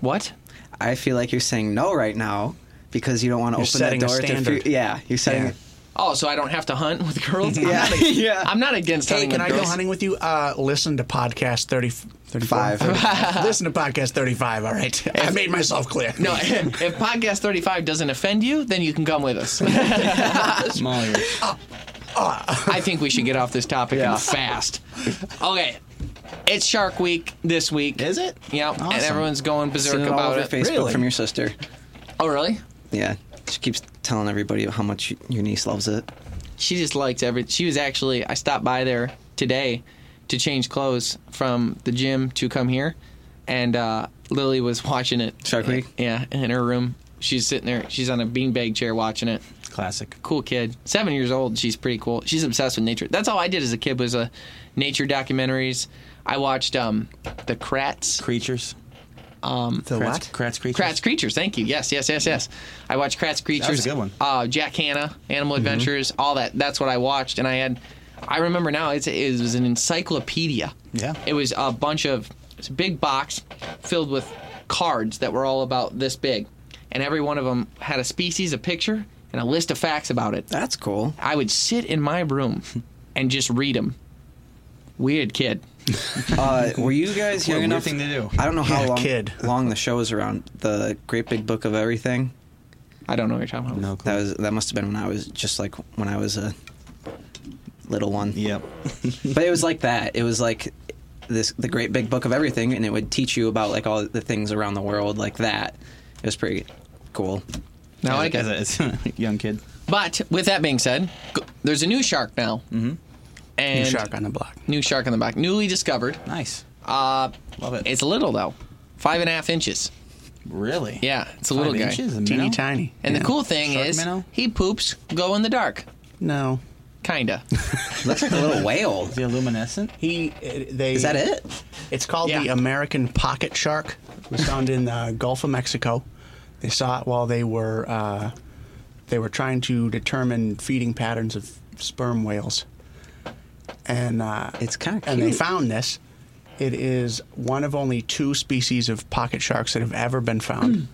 [SPEAKER 2] what?
[SPEAKER 5] I feel like you're saying no right now because you don't want to open that
[SPEAKER 3] setting a
[SPEAKER 5] door to.
[SPEAKER 3] standard.
[SPEAKER 5] Fu- yeah, you're setting.
[SPEAKER 3] Yeah.
[SPEAKER 2] Oh, so I don't have to hunt with girls? I'm
[SPEAKER 5] Yeah.
[SPEAKER 2] not ag-
[SPEAKER 5] Yeah.
[SPEAKER 2] I'm not against
[SPEAKER 3] Hey,
[SPEAKER 2] hunting
[SPEAKER 3] can
[SPEAKER 2] with
[SPEAKER 3] I
[SPEAKER 2] girls.
[SPEAKER 3] go hunting with you? Uh, listen to podcast 30, 35. listen to podcast 35, all right? I made myself clear.
[SPEAKER 2] No, if podcast 35 doesn't offend you, then you can come with us.
[SPEAKER 4] Small ears.
[SPEAKER 2] I think we should get off this topic and fast. Okay. It's Shark Week this week.
[SPEAKER 4] Is it?
[SPEAKER 2] Yeah, and
[SPEAKER 4] Awesome.
[SPEAKER 2] everyone's going berserk
[SPEAKER 5] Send it all
[SPEAKER 2] about
[SPEAKER 5] over
[SPEAKER 2] it.
[SPEAKER 5] Facebook
[SPEAKER 4] Really?
[SPEAKER 5] from your sister.
[SPEAKER 2] Oh, really?
[SPEAKER 5] Yeah, she keeps telling everybody how much your niece loves it.
[SPEAKER 2] She just likes every. She was actually. I stopped by there today to change clothes from the gym to come here, and uh, Lily was watching it.
[SPEAKER 5] Shark Week?
[SPEAKER 2] Yeah, in her room. She's sitting there. She's on a beanbag chair watching it.
[SPEAKER 4] Classic.
[SPEAKER 2] cool kid. Seven years old. She's pretty cool. She's obsessed with nature. That's all I did as a kid was uh, nature documentaries. I watched um, the Kratz.
[SPEAKER 4] Creatures.
[SPEAKER 3] the
[SPEAKER 4] Kratz, Kratz creatures.
[SPEAKER 2] Kratz Creatures. Thank you. Yes, yes, yes, yes. I watched Kratz Creatures.
[SPEAKER 4] a good one. Mm-hmm.
[SPEAKER 2] Uh, Jack Hanna, Animal Adventures, all that. That's what I watched, and I had. I remember now. It's, it was an encyclopedia.
[SPEAKER 4] Yeah.
[SPEAKER 2] It was a bunch of it's a big box filled with cards that were all about this big, and every one of them had a species, a picture, and a list of facts about it.
[SPEAKER 5] That's cool.
[SPEAKER 2] I would sit in my room and just read them. Weird kid.
[SPEAKER 5] Uh, were you guys
[SPEAKER 4] What a
[SPEAKER 5] young
[SPEAKER 4] weird
[SPEAKER 5] enough?
[SPEAKER 4] thing to do.
[SPEAKER 5] I don't know how
[SPEAKER 3] Yeah,
[SPEAKER 5] long
[SPEAKER 3] kid.
[SPEAKER 5] long the show is around. The Great Big Book of Everything.
[SPEAKER 2] I don't know what you're talking about.
[SPEAKER 4] No clue.
[SPEAKER 5] That was that must have been when I was just like when I was a little one.
[SPEAKER 4] Yep.
[SPEAKER 5] But it was like that. It was like this the great big book of everything and it would teach you about like all the things around the world like that. It was pretty cool.
[SPEAKER 2] No, I
[SPEAKER 4] As
[SPEAKER 2] guess.
[SPEAKER 4] a, as a young kid.
[SPEAKER 2] But with that being said, g- there's a new shark now. Mm-hmm. And
[SPEAKER 3] New shark on the block.
[SPEAKER 2] New shark on the back. Newly discovered.
[SPEAKER 4] Nice.
[SPEAKER 2] Uh,
[SPEAKER 4] Love it.
[SPEAKER 2] It's little though. Five and a half inches.
[SPEAKER 4] really.
[SPEAKER 2] Yeah, it's a
[SPEAKER 4] Five
[SPEAKER 2] little guy.
[SPEAKER 4] inches, a
[SPEAKER 3] Teeny
[SPEAKER 4] minnow?
[SPEAKER 3] tiny.
[SPEAKER 2] And the cool thing
[SPEAKER 4] Shark
[SPEAKER 2] is,
[SPEAKER 4] minnow?
[SPEAKER 2] he poops go in the dark.
[SPEAKER 3] No.
[SPEAKER 2] Kinda.
[SPEAKER 5] Looks like a little whale.
[SPEAKER 4] The luminescent.
[SPEAKER 3] He, uh, they.
[SPEAKER 5] Is that it?
[SPEAKER 3] It's called the
[SPEAKER 2] Yeah.
[SPEAKER 3] American pocket shark. It was found in the Gulf of Mexico. They saw it while they were uh, they were trying to determine feeding patterns of sperm whales. And uh,
[SPEAKER 5] It's kinda
[SPEAKER 3] and they
[SPEAKER 5] cute.
[SPEAKER 3] found this. It is one of only two species of pocket sharks that have ever been
[SPEAKER 5] Hmm.
[SPEAKER 3] found.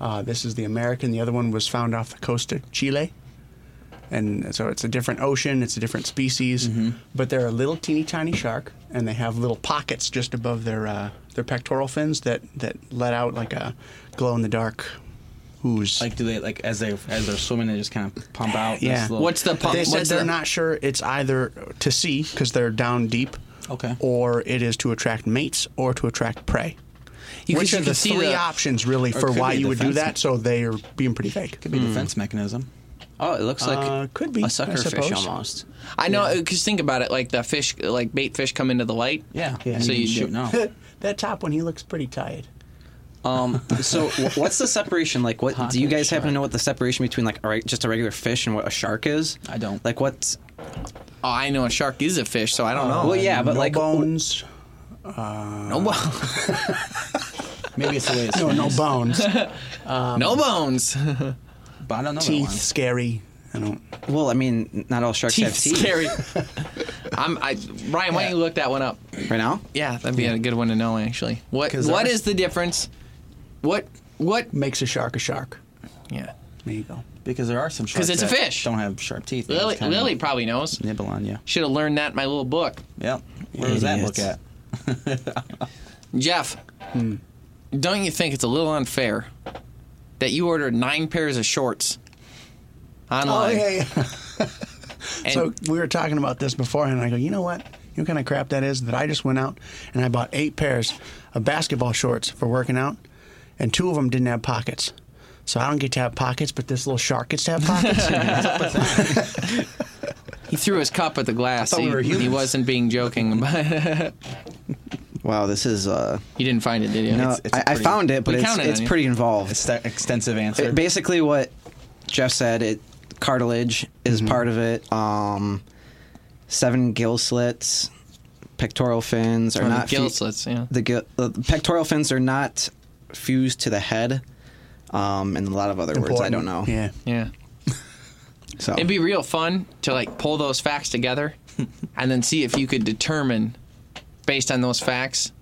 [SPEAKER 3] uh, this is the American. The other one was found off the coast of Chile. And so it's a different ocean, it's a different species,
[SPEAKER 4] Mm-hmm.
[SPEAKER 3] but they're a little teeny tiny shark, and they have little pockets just above their uh, their pectoral fins that, that let out like a glow in the dark ooze.
[SPEAKER 4] Like, do they like as they as they're swimming, they just kind of pump out?
[SPEAKER 3] Yeah.
[SPEAKER 4] This little,
[SPEAKER 2] What's the pump?
[SPEAKER 3] they said
[SPEAKER 2] what's
[SPEAKER 3] they're
[SPEAKER 2] the-
[SPEAKER 3] not sure it's either to see because they're down deep,
[SPEAKER 4] Okay.
[SPEAKER 3] or it is to attract mates or to attract prey.
[SPEAKER 2] You
[SPEAKER 3] Which
[SPEAKER 2] could-
[SPEAKER 3] are
[SPEAKER 2] you
[SPEAKER 3] the
[SPEAKER 2] could see
[SPEAKER 3] three
[SPEAKER 2] the-
[SPEAKER 3] options really for
[SPEAKER 4] could
[SPEAKER 3] why
[SPEAKER 4] be a
[SPEAKER 3] you would do
[SPEAKER 4] defense
[SPEAKER 3] that? So they are being pretty vague.
[SPEAKER 4] could be a defense
[SPEAKER 2] Hmm.
[SPEAKER 4] mechanism?
[SPEAKER 5] Oh, it looks like
[SPEAKER 3] Uh, could be, I
[SPEAKER 5] a sucker fish
[SPEAKER 3] suppose.
[SPEAKER 5] almost.
[SPEAKER 2] I know. Because think about it, like the fish, like bait fish come into the light.
[SPEAKER 4] Yeah.
[SPEAKER 3] Yeah.
[SPEAKER 4] And
[SPEAKER 2] So
[SPEAKER 4] you
[SPEAKER 2] you
[SPEAKER 4] can shoot
[SPEAKER 2] do-
[SPEAKER 4] now.
[SPEAKER 3] that top one, he looks pretty tired.
[SPEAKER 5] Um, so wh- what's the separation like? What do you
[SPEAKER 4] Pocket
[SPEAKER 5] guys happen to know what the separation between like a reg- just a regular fish and what a shark is?
[SPEAKER 4] I don't.
[SPEAKER 5] Like what's
[SPEAKER 2] Oh, I know a shark is a fish, so I don't know.
[SPEAKER 5] well, yeah, but
[SPEAKER 3] no
[SPEAKER 5] like
[SPEAKER 3] bones.
[SPEAKER 2] No, bo-
[SPEAKER 4] Maybe it's the way it's
[SPEAKER 3] No, no bones.
[SPEAKER 2] no bones.
[SPEAKER 4] But I don't know
[SPEAKER 3] Teeth,
[SPEAKER 4] that
[SPEAKER 3] scary. I don't.
[SPEAKER 5] well, I mean, not all sharks have teeth
[SPEAKER 2] Scary. I'm. I, Ryan, why don't you look that one up?
[SPEAKER 5] right now.
[SPEAKER 2] Yeah, that'd be a good one to know actually. What
[SPEAKER 3] 'Cause
[SPEAKER 2] What
[SPEAKER 3] ours-
[SPEAKER 2] is the difference? What what
[SPEAKER 3] Makes a shark a shark.
[SPEAKER 2] yeah.
[SPEAKER 3] There you go.
[SPEAKER 4] one. because there are some sharks
[SPEAKER 2] 'Cause it's a
[SPEAKER 4] that
[SPEAKER 2] fish.
[SPEAKER 4] Don't have sharp teeth. They
[SPEAKER 2] Lily
[SPEAKER 4] just kinda
[SPEAKER 2] Lily probably knows.
[SPEAKER 4] nibble on you.
[SPEAKER 2] Should have learned that in my little book.
[SPEAKER 4] Yep. Where was that
[SPEAKER 5] Idiots.
[SPEAKER 4] book at?
[SPEAKER 2] Jeff, Hmm. don't you think it's a little unfair that you ordered nine pairs of shorts
[SPEAKER 3] Oh
[SPEAKER 2] online?
[SPEAKER 3] yeah. yeah.
[SPEAKER 2] and
[SPEAKER 3] so we were talking about this beforehand. and I go, you know what? You know what kind of crap that is? That I just went out and I bought eight pairs of basketball shorts for working out, and two of them didn't have pockets. So I don't get to have pockets, but this little shark gets to have pockets.
[SPEAKER 2] he threw his cup at the glass.
[SPEAKER 4] we
[SPEAKER 2] He,
[SPEAKER 4] were
[SPEAKER 2] he
[SPEAKER 4] humans.
[SPEAKER 2] wasn't being joking. about-
[SPEAKER 5] Wow, this is uh,
[SPEAKER 2] you didn't find it, did you?
[SPEAKER 5] no,
[SPEAKER 4] It's- it's a
[SPEAKER 5] I, I
[SPEAKER 4] pretty-
[SPEAKER 5] found it, but
[SPEAKER 2] We
[SPEAKER 5] it's
[SPEAKER 2] counted
[SPEAKER 5] it's
[SPEAKER 2] on you.
[SPEAKER 5] pretty involved.
[SPEAKER 4] It's that extensive answer.
[SPEAKER 5] It- basically what Jeff said, it cartilage is
[SPEAKER 2] Mm-hmm.
[SPEAKER 5] part of it. Um, seven gill slits, pectoral fins are
[SPEAKER 2] Oh, the
[SPEAKER 5] not
[SPEAKER 2] gill slits, yeah.
[SPEAKER 5] The, gill, the pectoral fins are not fused to the head, um, and a lot of other words I don't know.
[SPEAKER 3] Yeah.
[SPEAKER 2] Yeah.
[SPEAKER 5] So
[SPEAKER 2] It'd be real fun to like pull those facts together and then see if you could determine based on those facts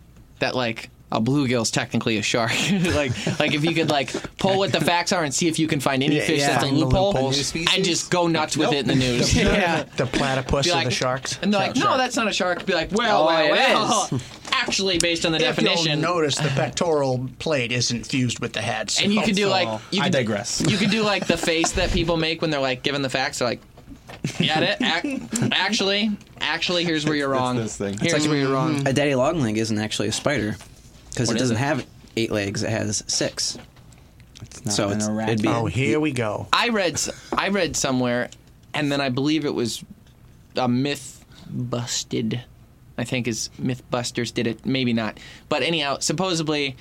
[SPEAKER 2] that like a bluegill's technically a shark. like like if you could like pull what the facts are and see if you can find any
[SPEAKER 5] Yeah,
[SPEAKER 2] fish
[SPEAKER 5] yeah.
[SPEAKER 2] that's a
[SPEAKER 3] Find the
[SPEAKER 2] loophole
[SPEAKER 3] loopholes.
[SPEAKER 4] New
[SPEAKER 2] and
[SPEAKER 4] species?
[SPEAKER 2] just go nuts with it in the news. yeah.
[SPEAKER 3] The platypus
[SPEAKER 2] Be
[SPEAKER 3] of
[SPEAKER 2] like-
[SPEAKER 3] the sharks.
[SPEAKER 2] And they're like,
[SPEAKER 4] Shark,
[SPEAKER 2] no,
[SPEAKER 4] shark.
[SPEAKER 2] that's not a shark. Be like, well,
[SPEAKER 5] Oh,
[SPEAKER 2] well,
[SPEAKER 5] it
[SPEAKER 2] well. Actually, based on the
[SPEAKER 3] If
[SPEAKER 2] definition,
[SPEAKER 3] You'll notice the pectoral plate isn't fused with the head. so-
[SPEAKER 2] and you could do like
[SPEAKER 4] Oh,
[SPEAKER 2] you
[SPEAKER 4] I
[SPEAKER 2] could,
[SPEAKER 4] digress.
[SPEAKER 2] You could do like the face that people make when they're like given the facts. They're like, "Get it? Ac- actually, actually, here's where you're
[SPEAKER 4] It's
[SPEAKER 2] wrong.
[SPEAKER 4] this thing. It's
[SPEAKER 2] Here's where you're wrong."
[SPEAKER 5] a daddy long leg isn't actually a spider because
[SPEAKER 4] What
[SPEAKER 5] it
[SPEAKER 4] is
[SPEAKER 5] doesn't
[SPEAKER 4] it?
[SPEAKER 5] have eight legs; it has six.
[SPEAKER 4] It's not
[SPEAKER 5] so
[SPEAKER 4] an
[SPEAKER 5] it's-
[SPEAKER 4] erratic-
[SPEAKER 5] it'd be-
[SPEAKER 3] oh, here we go.
[SPEAKER 2] I read, s- I read somewhere, and then I believe it was a myth busted. I think is MythBusters did it, maybe not. But anyhow, supposedly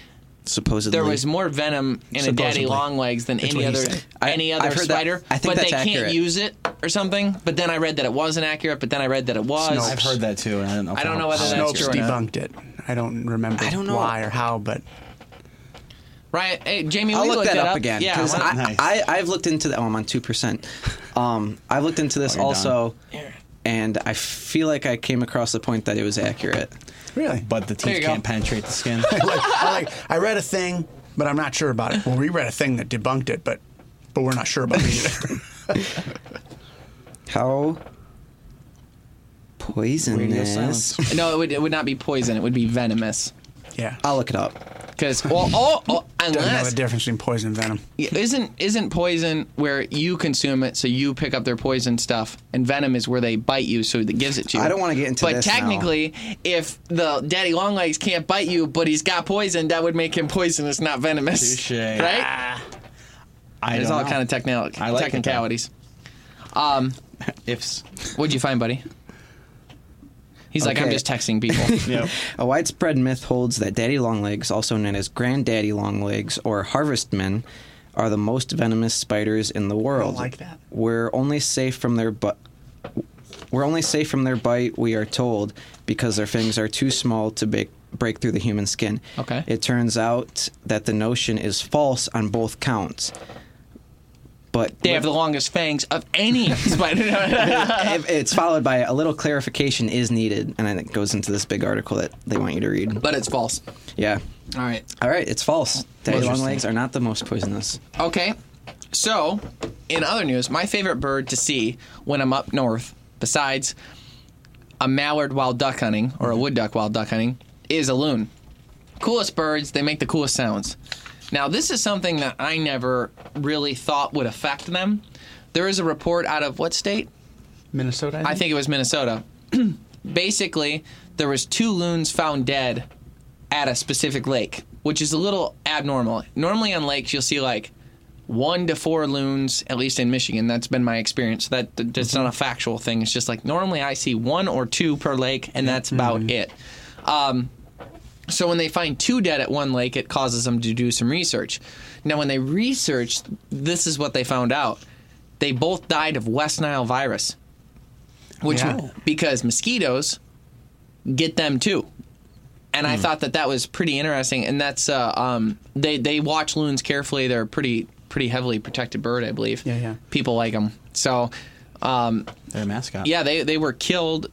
[SPEAKER 5] Supposedly,
[SPEAKER 2] there was more venom in a daddy
[SPEAKER 3] Supposedly.
[SPEAKER 2] long legs than
[SPEAKER 3] That's
[SPEAKER 2] any
[SPEAKER 3] what he
[SPEAKER 2] other
[SPEAKER 3] said.
[SPEAKER 5] I-
[SPEAKER 2] any
[SPEAKER 5] I've
[SPEAKER 2] other
[SPEAKER 5] heard that.
[SPEAKER 2] spider.
[SPEAKER 5] I think
[SPEAKER 2] but
[SPEAKER 5] that's
[SPEAKER 2] they
[SPEAKER 5] accurate.
[SPEAKER 2] can't use it or something. But then I read that it wasn't accurate. But then I read that it was.
[SPEAKER 4] I've heard that too, and I don't know. if
[SPEAKER 2] I don't
[SPEAKER 4] I'll-
[SPEAKER 2] know whether
[SPEAKER 4] I'll
[SPEAKER 2] that's
[SPEAKER 4] answer
[SPEAKER 3] Snopes
[SPEAKER 2] true or not.
[SPEAKER 3] debunked it. I don't remember
[SPEAKER 5] I don't know.
[SPEAKER 3] why or how, but
[SPEAKER 2] Right? Hey, Jamie,
[SPEAKER 5] I'll
[SPEAKER 2] we
[SPEAKER 5] look
[SPEAKER 2] looked
[SPEAKER 5] that
[SPEAKER 2] it
[SPEAKER 5] up, again
[SPEAKER 2] Yeah,
[SPEAKER 5] because
[SPEAKER 2] why-
[SPEAKER 5] I,
[SPEAKER 4] Nice.
[SPEAKER 5] I I've looked into the. Oh, I'm on two percent. Um, I've looked into this
[SPEAKER 4] Oh, you're
[SPEAKER 5] also,
[SPEAKER 2] done. Here.
[SPEAKER 5] and I feel like I came across the point that it was accurate.
[SPEAKER 3] really.
[SPEAKER 4] But the
[SPEAKER 2] you
[SPEAKER 4] teeth
[SPEAKER 2] go.
[SPEAKER 4] can't penetrate the skin.
[SPEAKER 3] like, I, like, I read a thing, but I'm not sure about it. Well, we read a thing that debunked it, but but we're not sure about it either.
[SPEAKER 5] How
[SPEAKER 4] Radio silence.
[SPEAKER 5] poisonous?
[SPEAKER 2] no, it would, it would not be poison. It would be venomous.
[SPEAKER 3] yeah.
[SPEAKER 5] I'll look it up.
[SPEAKER 2] Because well, oh, oh,
[SPEAKER 3] Doesn't know
[SPEAKER 2] unless
[SPEAKER 3] the difference between poison and venom.
[SPEAKER 2] isn't isn't poison where you consume it, so you pick up their poison stuff, and venom is where they bite you, so that gives it to you.
[SPEAKER 5] I don't wanna get into
[SPEAKER 2] But
[SPEAKER 5] this now.
[SPEAKER 2] technically, if the daddy longlegs can't bite you, but he's got poison, that would make him poisonous, not venomous.
[SPEAKER 4] Touche.
[SPEAKER 2] Right?
[SPEAKER 4] I
[SPEAKER 2] There's
[SPEAKER 4] don't
[SPEAKER 2] all
[SPEAKER 4] know.
[SPEAKER 2] kind of technical
[SPEAKER 4] I like it, though.
[SPEAKER 2] technicalities.
[SPEAKER 4] ifs.
[SPEAKER 2] What'd you find, buddy? He's like, I'm
[SPEAKER 5] Okay.
[SPEAKER 2] just texting people.
[SPEAKER 4] Yep.
[SPEAKER 5] A widespread myth holds that daddy longlegs, also known as granddaddy longlegs or harvestmen, are the most venomous spiders in the world.
[SPEAKER 3] like that.
[SPEAKER 5] We're only safe from their but We're only safe from their bite, we are told, because their fangs are too small to break, break through the human skin.
[SPEAKER 2] Okay.
[SPEAKER 5] It turns out that the notion is false on both counts. But
[SPEAKER 2] They have the longest fangs of any spider.
[SPEAKER 5] if- it's followed by a little clarification is needed, and then it goes into this big article that they want you to read.
[SPEAKER 2] but it's false.
[SPEAKER 5] Yeah.
[SPEAKER 2] All right.
[SPEAKER 5] All right, it's false. Daddy long
[SPEAKER 2] Interesting.
[SPEAKER 5] legs are not the most poisonous.
[SPEAKER 2] Okay. So, in other news, my favorite bird to see when I'm up north, besides a mallard while duck hunting or a wood duck while duck hunting, is a loon. Coolest birds, they make the coolest sounds. Now, this is something that I never really thought would affect them. There is a report out of what state?
[SPEAKER 3] Minnesota.
[SPEAKER 2] I think it was Minnesota. Basically, there was two loons found dead at a specific lake, which is a little abnormal. Normally on lakes you'll see like one to four loons, at least in Michigan. That's been my experience. That th- that's not a factual thing. It's just like normally I see one or two per lake, and that's about it. So when they find two dead at one lake, it causes them to do some research. Now, when they researched, this is what they found out: they both died of West Nile virus, which
[SPEAKER 3] Yeah.
[SPEAKER 2] mean- because mosquitoes get them too. And
[SPEAKER 3] Hmm.
[SPEAKER 2] I thought that that was pretty interesting. And that's uh, um, they they watch loons carefully. They're a pretty pretty heavily protected bird, I believe.
[SPEAKER 3] Yeah, yeah.
[SPEAKER 2] People like them. So um,
[SPEAKER 4] They're a mascot.
[SPEAKER 2] yeah, they they were killed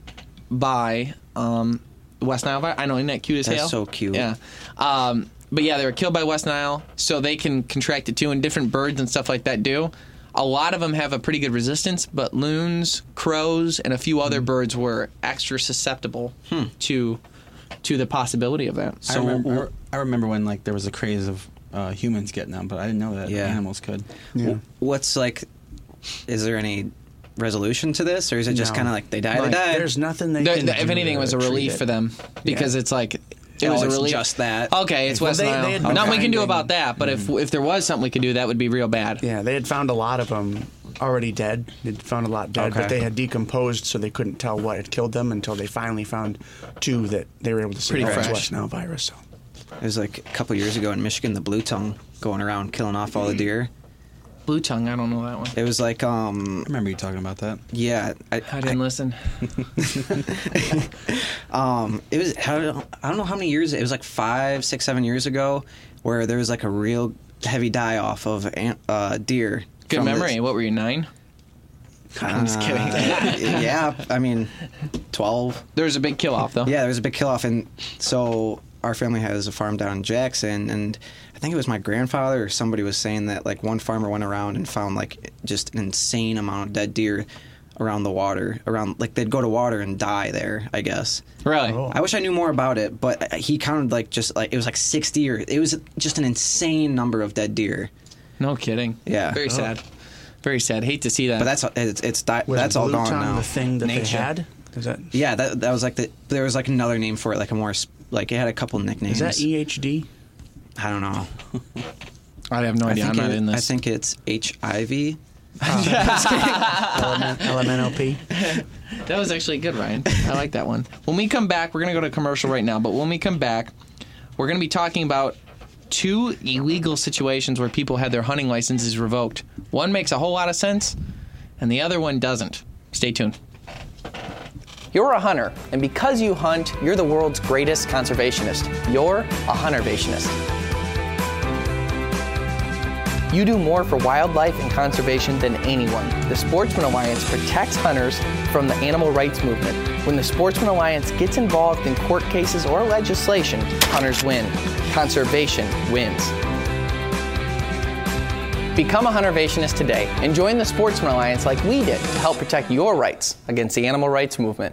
[SPEAKER 2] by um, West Nile. vi- I know, isn't that cute as
[SPEAKER 5] That's
[SPEAKER 2] hell?
[SPEAKER 5] so cute.
[SPEAKER 2] Yeah. Um, but yeah, they were killed by West Nile, so they can contract it too, and different birds and stuff like that do. A lot of them have a pretty good resistance, but loons, crows, and a few other
[SPEAKER 3] Hmm.
[SPEAKER 2] birds were extra susceptible to to the possibility of that.
[SPEAKER 4] I
[SPEAKER 2] So
[SPEAKER 4] remember, I re- I remember when like there was a craze of uh, humans getting them, but I didn't know that
[SPEAKER 5] Yeah.
[SPEAKER 4] animals could.
[SPEAKER 3] Yeah.
[SPEAKER 5] What's like? Is there any resolution to this, or is it just
[SPEAKER 3] No.
[SPEAKER 5] kind of like they die,
[SPEAKER 3] Like,
[SPEAKER 5] they die?
[SPEAKER 3] There's nothing they
[SPEAKER 2] there-
[SPEAKER 3] can
[SPEAKER 2] there- if
[SPEAKER 3] do
[SPEAKER 2] anything, it
[SPEAKER 3] to
[SPEAKER 2] was a
[SPEAKER 3] treat
[SPEAKER 2] relief
[SPEAKER 3] it.
[SPEAKER 2] for them because it's like it
[SPEAKER 5] Oh,
[SPEAKER 2] was a
[SPEAKER 5] it's
[SPEAKER 2] relief.
[SPEAKER 5] just that.
[SPEAKER 2] Okay, it's
[SPEAKER 3] Well,
[SPEAKER 2] West
[SPEAKER 3] they-
[SPEAKER 2] Nile.
[SPEAKER 3] they had been
[SPEAKER 2] Nothing we can do
[SPEAKER 3] finding-
[SPEAKER 2] about that, but if if there was something we could do, that would be real bad.
[SPEAKER 3] Yeah, they had found a lot of them already dead. They'd found a lot dead,
[SPEAKER 5] Okay.
[SPEAKER 3] but they had decomposed, so they couldn't tell what had killed them until they finally found two that they were able to see.
[SPEAKER 2] Pretty
[SPEAKER 3] "Oh, it's
[SPEAKER 2] fresh.
[SPEAKER 3] West Nile virus. So.
[SPEAKER 5] It was like a couple years ago in Michigan, the blue tongue going around killing off all the deer.
[SPEAKER 2] Blue tongue, I don't know that one.
[SPEAKER 5] It was like, um,
[SPEAKER 4] I remember you talking about that.
[SPEAKER 5] yeah, I,
[SPEAKER 2] I didn't listen.
[SPEAKER 5] um, it was I don't, I don't know how many years it was like five, six, seven years ago, where there was like a real heavy die off of an- uh, deer.
[SPEAKER 2] Good
[SPEAKER 5] from
[SPEAKER 2] memory.
[SPEAKER 5] this-
[SPEAKER 2] What were you nine? I'm just kidding.
[SPEAKER 5] Uh, yeah, I mean, twelve.
[SPEAKER 2] There was a big kill off though.
[SPEAKER 5] Yeah, there was a big kill off, and so our family has a farm down in Jackson, and I think it was my grandfather or somebody was saying that like one farmer went around and found like just an insane amount of dead deer around the water, around like they'd go to water and die there, I guess.
[SPEAKER 2] Really?
[SPEAKER 3] Oh.
[SPEAKER 5] I wish I knew more about it, but he counted like just like it was like sixty or it was just an insane number of dead deer.
[SPEAKER 2] No kidding.
[SPEAKER 5] Yeah.
[SPEAKER 2] Very
[SPEAKER 5] Oh.
[SPEAKER 2] sad. Very sad. Hate to see that.
[SPEAKER 5] But that's it's, it's di-
[SPEAKER 3] Was
[SPEAKER 5] that's all
[SPEAKER 3] blue
[SPEAKER 5] gone
[SPEAKER 3] tongue
[SPEAKER 5] now.
[SPEAKER 3] The thing that they
[SPEAKER 2] Nature.
[SPEAKER 3] had is that is
[SPEAKER 5] Yeah, that that was like the there was like another name for it, like a more sp- like it had a couple nicknames.
[SPEAKER 3] that E? EHD?
[SPEAKER 5] I don't know.
[SPEAKER 2] I have no
[SPEAKER 5] I
[SPEAKER 2] idea.
[SPEAKER 5] think
[SPEAKER 2] I'm not
[SPEAKER 5] it-
[SPEAKER 2] in this.
[SPEAKER 5] I think it's HIV.
[SPEAKER 3] Element, LMNOP.
[SPEAKER 2] that was actually good, Ryan. I like that one. When we come back, we're gonna go to commercial right now. But when we come back, we're gonna be talking about two illegal situations where people had their hunting licenses revoked. One makes a whole lot of sense, and the other one doesn't. Stay tuned. You're a hunter, and because you hunt, you're the world's greatest conservationist. You're a huntervationist. You do more for wildlife and conservation than anyone. The Sportsman Alliance protects hunters from the animal rights movement. When the Sportsman Alliance gets involved in court cases or legislation, hunters win. Conservation wins. Become a Huntervationist today and join the Sportsman Alliance like we did to help protect your rights against the animal rights movement.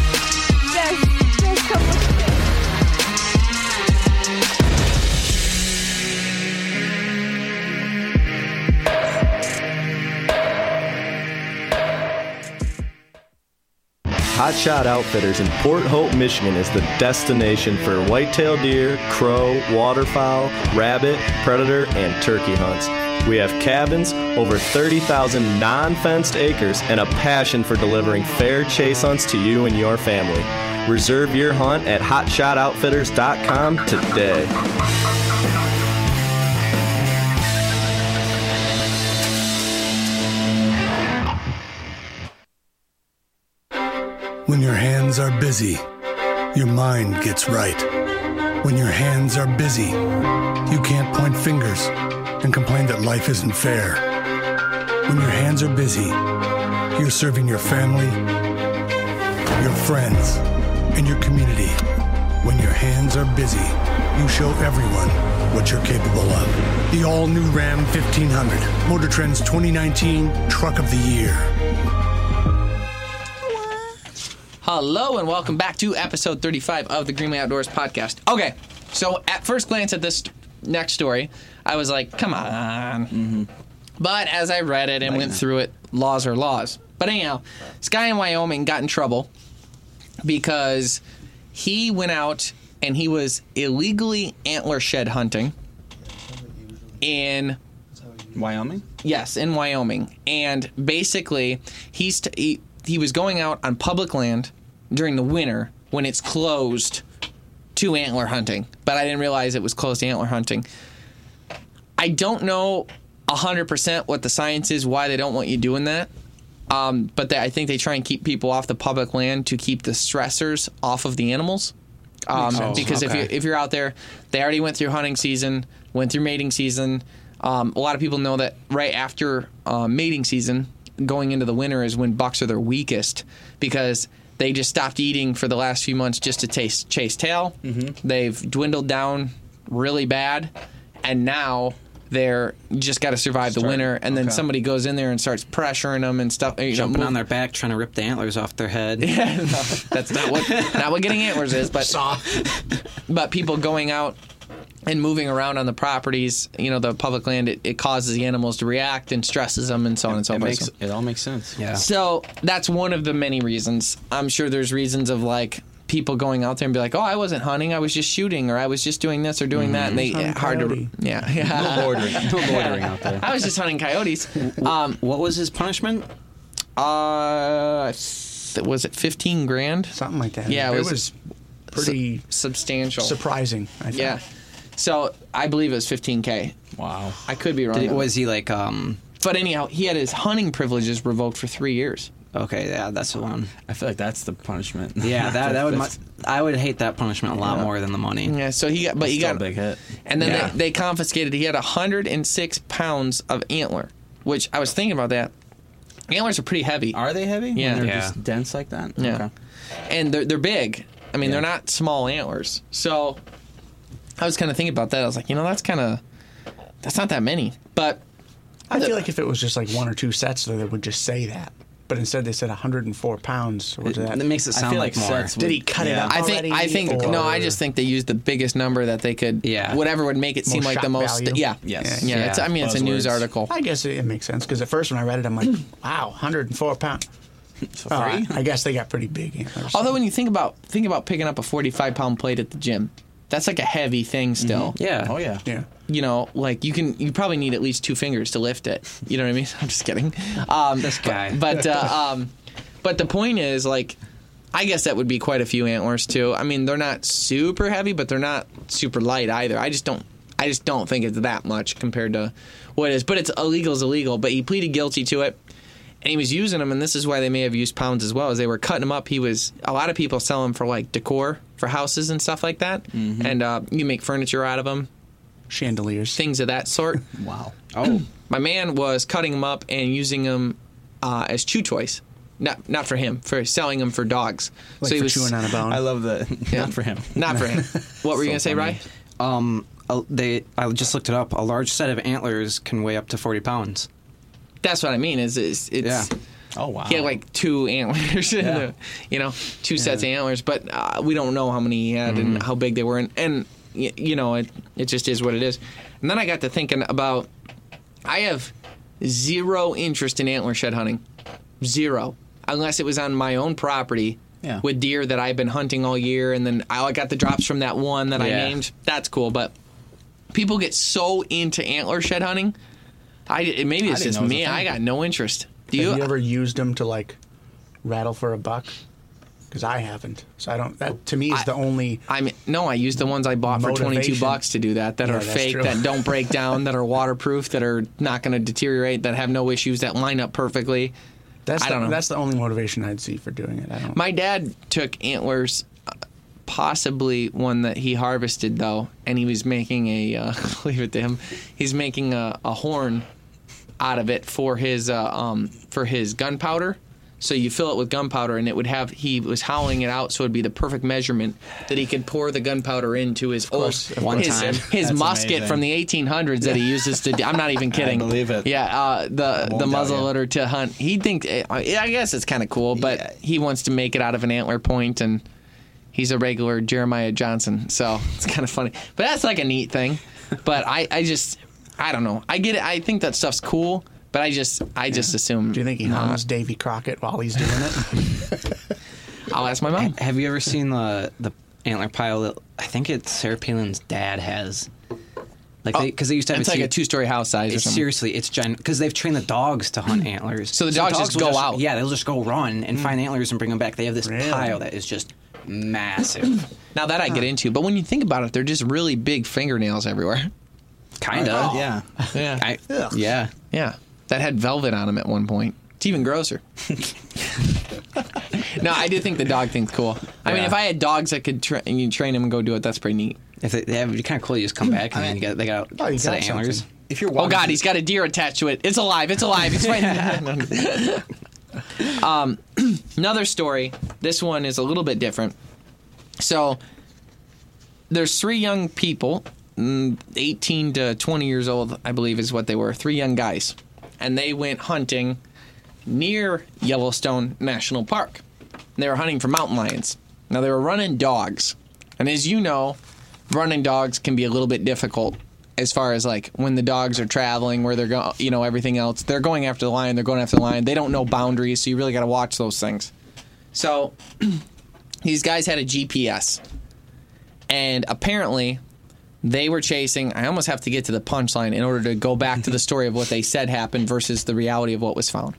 [SPEAKER 6] There's, there's so much good.
[SPEAKER 7] Hot Shot Outfitters in Port Hope, Michigan is the destination for whitetail deer, crow, waterfowl, rabbit, predator, and turkey hunts. We have cabins, over 30,000 non fenced acres, and a passion for delivering fair chase hunts to you and your family. Reserve your hunt at hotshotoutfitters.com today.
[SPEAKER 8] When your hands are busy, your mind gets right. When your hands are busy, you can't point fingers and complain that life isn't fair. When your hands are busy, you're serving your family, your friends, and your community. When your hands are busy, you show everyone what you're capable of. The all new Ram 1500, Motor Trend's 2019 Truck of the Year.
[SPEAKER 2] Hello and welcome back to episode 35 of the Greenway Outdoors podcast. Okay, so at first glance at this next story, I was like, come on. But as I read it and went through it, laws are laws. But anyhow, this guy in Wyoming got in trouble because he went out and he was illegally antler shed hunting in
[SPEAKER 4] Wyoming?
[SPEAKER 2] Yes, in Wyoming. And basically, he's t- he, he was going out on public land during the winter when it's closed to antler hunting, but I didn't realize it was closed to antler hunting. I don't know 100% what the science is why they don't want you doing that. Um, but they, I think they try and keep people off the public land to keep the stressors off of the animals. Um, because if you if you're out there, they already went through hunting season, went through mating season. Um, a lot of people know that right after uh, mating season, going into the winter is when bucks are their weakest because they just stopped eating for the last few months just to taste, chase tail. They've dwindled down really bad, and now they're just got to survive the winter. And then somebody goes in there and starts pressuring them and stuff. You know,
[SPEAKER 5] Jumping
[SPEAKER 2] move-
[SPEAKER 5] on their back, trying to rip the antlers off their head.
[SPEAKER 2] that's not what not what getting antlers is, but but people going out and moving around on the properties, you know, the public land, it, it causes the animals to react and stresses them and so on and so
[SPEAKER 4] It,
[SPEAKER 2] forth.
[SPEAKER 4] makes, it all makes sense.
[SPEAKER 5] Yeah.
[SPEAKER 2] So that's one of the many reasons. I'm sure there's reasons of like people going out there and be like, "Oh, I wasn't hunting. I was just shooting, or I was just doing this or doing that." And they
[SPEAKER 3] Hunting
[SPEAKER 2] hard to
[SPEAKER 3] coyote.
[SPEAKER 2] yeah yeah.
[SPEAKER 4] No bordering. No bordering out there.
[SPEAKER 2] I was just hunting coyotes. Um,
[SPEAKER 5] What was his punishment?
[SPEAKER 2] uh, th- was it 15 grand?
[SPEAKER 3] Something like that.
[SPEAKER 2] Yeah, it
[SPEAKER 3] it
[SPEAKER 2] was-
[SPEAKER 3] was, pretty
[SPEAKER 2] Substantial.
[SPEAKER 3] surprising. I think.
[SPEAKER 2] Yeah. So I believe it was 15k.
[SPEAKER 4] Wow.
[SPEAKER 2] I could be wrong.
[SPEAKER 5] Did, was he like, um,
[SPEAKER 2] but anyhow, he had his hunting privileges revoked for three years.
[SPEAKER 5] okay, yeah, that's the one.
[SPEAKER 4] I feel like that's the punishment.
[SPEAKER 5] Yeah, that that would. Mu-
[SPEAKER 4] That's
[SPEAKER 5] I would hate that punishment a lot more than the money.
[SPEAKER 2] Yeah. So he got, but he
[SPEAKER 4] still
[SPEAKER 2] got
[SPEAKER 4] a big hit.
[SPEAKER 2] And then
[SPEAKER 5] Yeah.
[SPEAKER 2] they, they confiscated. He had 106 pounds of antler, which I was thinking about that. Antlers are pretty heavy,
[SPEAKER 4] Are they heavy?
[SPEAKER 2] Yeah.
[SPEAKER 4] When they're
[SPEAKER 5] Yeah.
[SPEAKER 4] just dense like that?
[SPEAKER 2] Yeah.
[SPEAKER 4] Okay.
[SPEAKER 2] and they're they're big. I mean,
[SPEAKER 4] Yeah.
[SPEAKER 2] they're not small antlers. So I was kind of thinking about that. I was like, you know, that's kind of that's not that many, but
[SPEAKER 3] I feel like if it was just like one or two sets, though, they would just say that. But instead, they said 104 pounds. Or was that?
[SPEAKER 5] That makes it
[SPEAKER 4] I
[SPEAKER 5] sound
[SPEAKER 4] feel
[SPEAKER 5] like,
[SPEAKER 4] like
[SPEAKER 5] more.
[SPEAKER 4] sets would-
[SPEAKER 3] Did he cut
[SPEAKER 4] Yeah.
[SPEAKER 3] it up?
[SPEAKER 2] I think I
[SPEAKER 3] already,
[SPEAKER 2] think
[SPEAKER 3] or-
[SPEAKER 2] no, I just think they used the biggest number that they could.
[SPEAKER 5] Yeah.
[SPEAKER 2] Whatever would make it seem
[SPEAKER 3] Most
[SPEAKER 2] like the
[SPEAKER 3] shock
[SPEAKER 2] most.
[SPEAKER 3] value.
[SPEAKER 2] Yeah.
[SPEAKER 4] Yes.
[SPEAKER 2] Yeah. It's, I mean, it's a news
[SPEAKER 4] Buzzwords.
[SPEAKER 2] article.
[SPEAKER 3] I guess it, it makes sense because at first when I read it, I'm like, wow, 104 pounds. Oh, I, I guess they got pretty big. antlers.
[SPEAKER 2] Although when you think about think about picking up a 45 pound plate at the gym, that's like a heavy thing still.
[SPEAKER 5] Mm-hmm. Yeah.
[SPEAKER 4] Oh, yeah.
[SPEAKER 3] yeah.
[SPEAKER 2] you know, like you can, you probably need at least two fingers to lift it. You know what I mean? I'm just kidding. Um,
[SPEAKER 5] This guy.
[SPEAKER 2] But uh, um, but the point is, like, I guess that would be quite a few antlers too. I mean, they're not super heavy, but they're not super light either. I just don't, I just don't think it's that much compared to what it is. But it's illegal is illegal. But he pleaded guilty to it. And he was using them, and this is why they may have used pounds as well. As they were cutting them up, he was a lot of people sell them for like decor for houses and stuff like that,
[SPEAKER 5] Mm-hmm.
[SPEAKER 2] and uh, you make furniture out of them
[SPEAKER 3] Chandeliers.
[SPEAKER 2] things of that sort.
[SPEAKER 4] Wow.
[SPEAKER 5] Oh.
[SPEAKER 2] My man was cutting them up and using them uh, as chew toys. Not not for him, for selling them for dogs.
[SPEAKER 3] like for chewing on a bone.
[SPEAKER 4] I love that.
[SPEAKER 2] yeah.
[SPEAKER 4] Not for him.
[SPEAKER 2] Not for him. What were you gonna say,
[SPEAKER 4] funny.
[SPEAKER 2] Ryan?
[SPEAKER 5] Um. a- They. I just looked it up. A large set of antlers can weigh up to forty pounds.
[SPEAKER 2] That's what I mean. Is it's, it's
[SPEAKER 5] Yeah.
[SPEAKER 4] Oh, wow.
[SPEAKER 2] he had like two antlers, in the, you know, two sets of antlers. But uh, we don't know how many he had
[SPEAKER 4] Mm-hmm.
[SPEAKER 2] and how big they were, and, and y- you know, it it just is what it is. And then I got to thinking about, I have zero interest in antler shed hunting, zero, unless it was on my own property.
[SPEAKER 4] Yeah.
[SPEAKER 2] With deer that I've been hunting all year, and then I got the drops from that one that I
[SPEAKER 5] Yeah.
[SPEAKER 2] named. That's cool, but people get so into antler shed hunting I maybe it's
[SPEAKER 4] didn't
[SPEAKER 2] just
[SPEAKER 4] know it was a
[SPEAKER 2] me.
[SPEAKER 4] thing.
[SPEAKER 2] I got no interest. Do
[SPEAKER 3] Have
[SPEAKER 2] you?
[SPEAKER 3] you, ever used them to like rattle for a buck? Because I haven't. So I don't. That to me is
[SPEAKER 2] I-
[SPEAKER 3] the only.
[SPEAKER 2] I mean, no, I use the ones I bought for 22
[SPEAKER 3] Motivation.
[SPEAKER 2] bucks to do that, that
[SPEAKER 3] Yeah,
[SPEAKER 2] are
[SPEAKER 3] that's
[SPEAKER 2] fake,
[SPEAKER 3] true.
[SPEAKER 2] that don't break down, that are waterproof, that are not going to deteriorate, that have no issues, that line up perfectly.
[SPEAKER 3] That's
[SPEAKER 2] I
[SPEAKER 3] the,
[SPEAKER 2] don't know.
[SPEAKER 3] That's the only motivation I'd see for doing it. I don't.
[SPEAKER 2] My dad took antlers, uh, possibly one that he harvested though, and he was making a uh, leave it to him. He's making a, a horn out of it for his uh, um, for his gunpowder. So you fill it with gunpowder, and it would have. He was howling it out, so it'd be the perfect measurement that he could pour the gunpowder into his old
[SPEAKER 3] course, of
[SPEAKER 2] his,
[SPEAKER 5] One time.
[SPEAKER 2] his
[SPEAKER 4] That's
[SPEAKER 2] musket
[SPEAKER 4] amazing.
[SPEAKER 2] from the 1800s that he uses to. Do, I'm not even kidding.
[SPEAKER 4] believe it.
[SPEAKER 2] Yeah, uh, the
[SPEAKER 4] won't
[SPEAKER 2] the
[SPEAKER 4] doubt you.
[SPEAKER 2] muzzle or to hunt. He thinks eh, I I guess it's kind of cool, but
[SPEAKER 4] Yeah.
[SPEAKER 2] he wants to make it out of an antler point, and he's a regular Jeremiah Johnson, so it's kind of funny. But that's like a neat thing. But I, I just, I don't know. I get it. I think that stuff's cool, but I just, I just assume.
[SPEAKER 3] do you think he
[SPEAKER 2] not.
[SPEAKER 3] hums Davy Crockett while he's doing it?
[SPEAKER 2] I'll ask my mom.
[SPEAKER 5] Have you ever seen the the antler pile? That, I think it's Sarah Palin's dad has. Like they because they used to have
[SPEAKER 2] Oh, It's like
[SPEAKER 5] hu-
[SPEAKER 2] a two-story house size or
[SPEAKER 5] It's
[SPEAKER 2] something. Hmm.
[SPEAKER 5] seriously, it's giant because they've trained the dogs to hunt antlers.
[SPEAKER 2] So the dogs just
[SPEAKER 5] will
[SPEAKER 2] go out. Hmm.
[SPEAKER 5] Yeah, they'll just go run and find antlers and bring them back. They have this
[SPEAKER 3] Really?
[SPEAKER 5] pile that is just massive,
[SPEAKER 2] Now that I get into, but when you think about it, they're just really big fingernails everywhere.
[SPEAKER 5] kind
[SPEAKER 3] Oh,
[SPEAKER 5] of.
[SPEAKER 4] Yeah.
[SPEAKER 2] Yeah,
[SPEAKER 5] I, yeah.
[SPEAKER 2] yeah. That had velvet on them at one point. It's even grosser. no, I do think the dog thing's cool. I mean,
[SPEAKER 5] Yeah.
[SPEAKER 2] if I had dogs that could tra- and you train them and go do it, that's pretty neat.
[SPEAKER 5] If they, they have, you kind of cool. You just
[SPEAKER 2] Hmm.
[SPEAKER 5] come back and then you got they got
[SPEAKER 3] Oh, you
[SPEAKER 5] set
[SPEAKER 3] got
[SPEAKER 5] of antlers.
[SPEAKER 3] something.
[SPEAKER 4] If you're
[SPEAKER 2] Oh God, he's got a deer attached to it. It's alive. It's alive. It's right. um, another story. This one is a little bit different. So there's three young people, mm, 18 to 20 years old, I believe is what they were. Three young guys, and they went hunting near Yellowstone National Park. They were hunting for mountain lions. Now they were running dogs, and as you know, running dogs can be a little bit difficult as far as like when the dogs are traveling, where they're going, you know, everything else. They're going after the lion. They're going after the lion. They don't know boundaries, so you really got to watch those things. So these guys had a GPS, and apparently they were chasing. I almost have to get to the punchline in order to go back to the story of what they said happened versus the reality of what was found.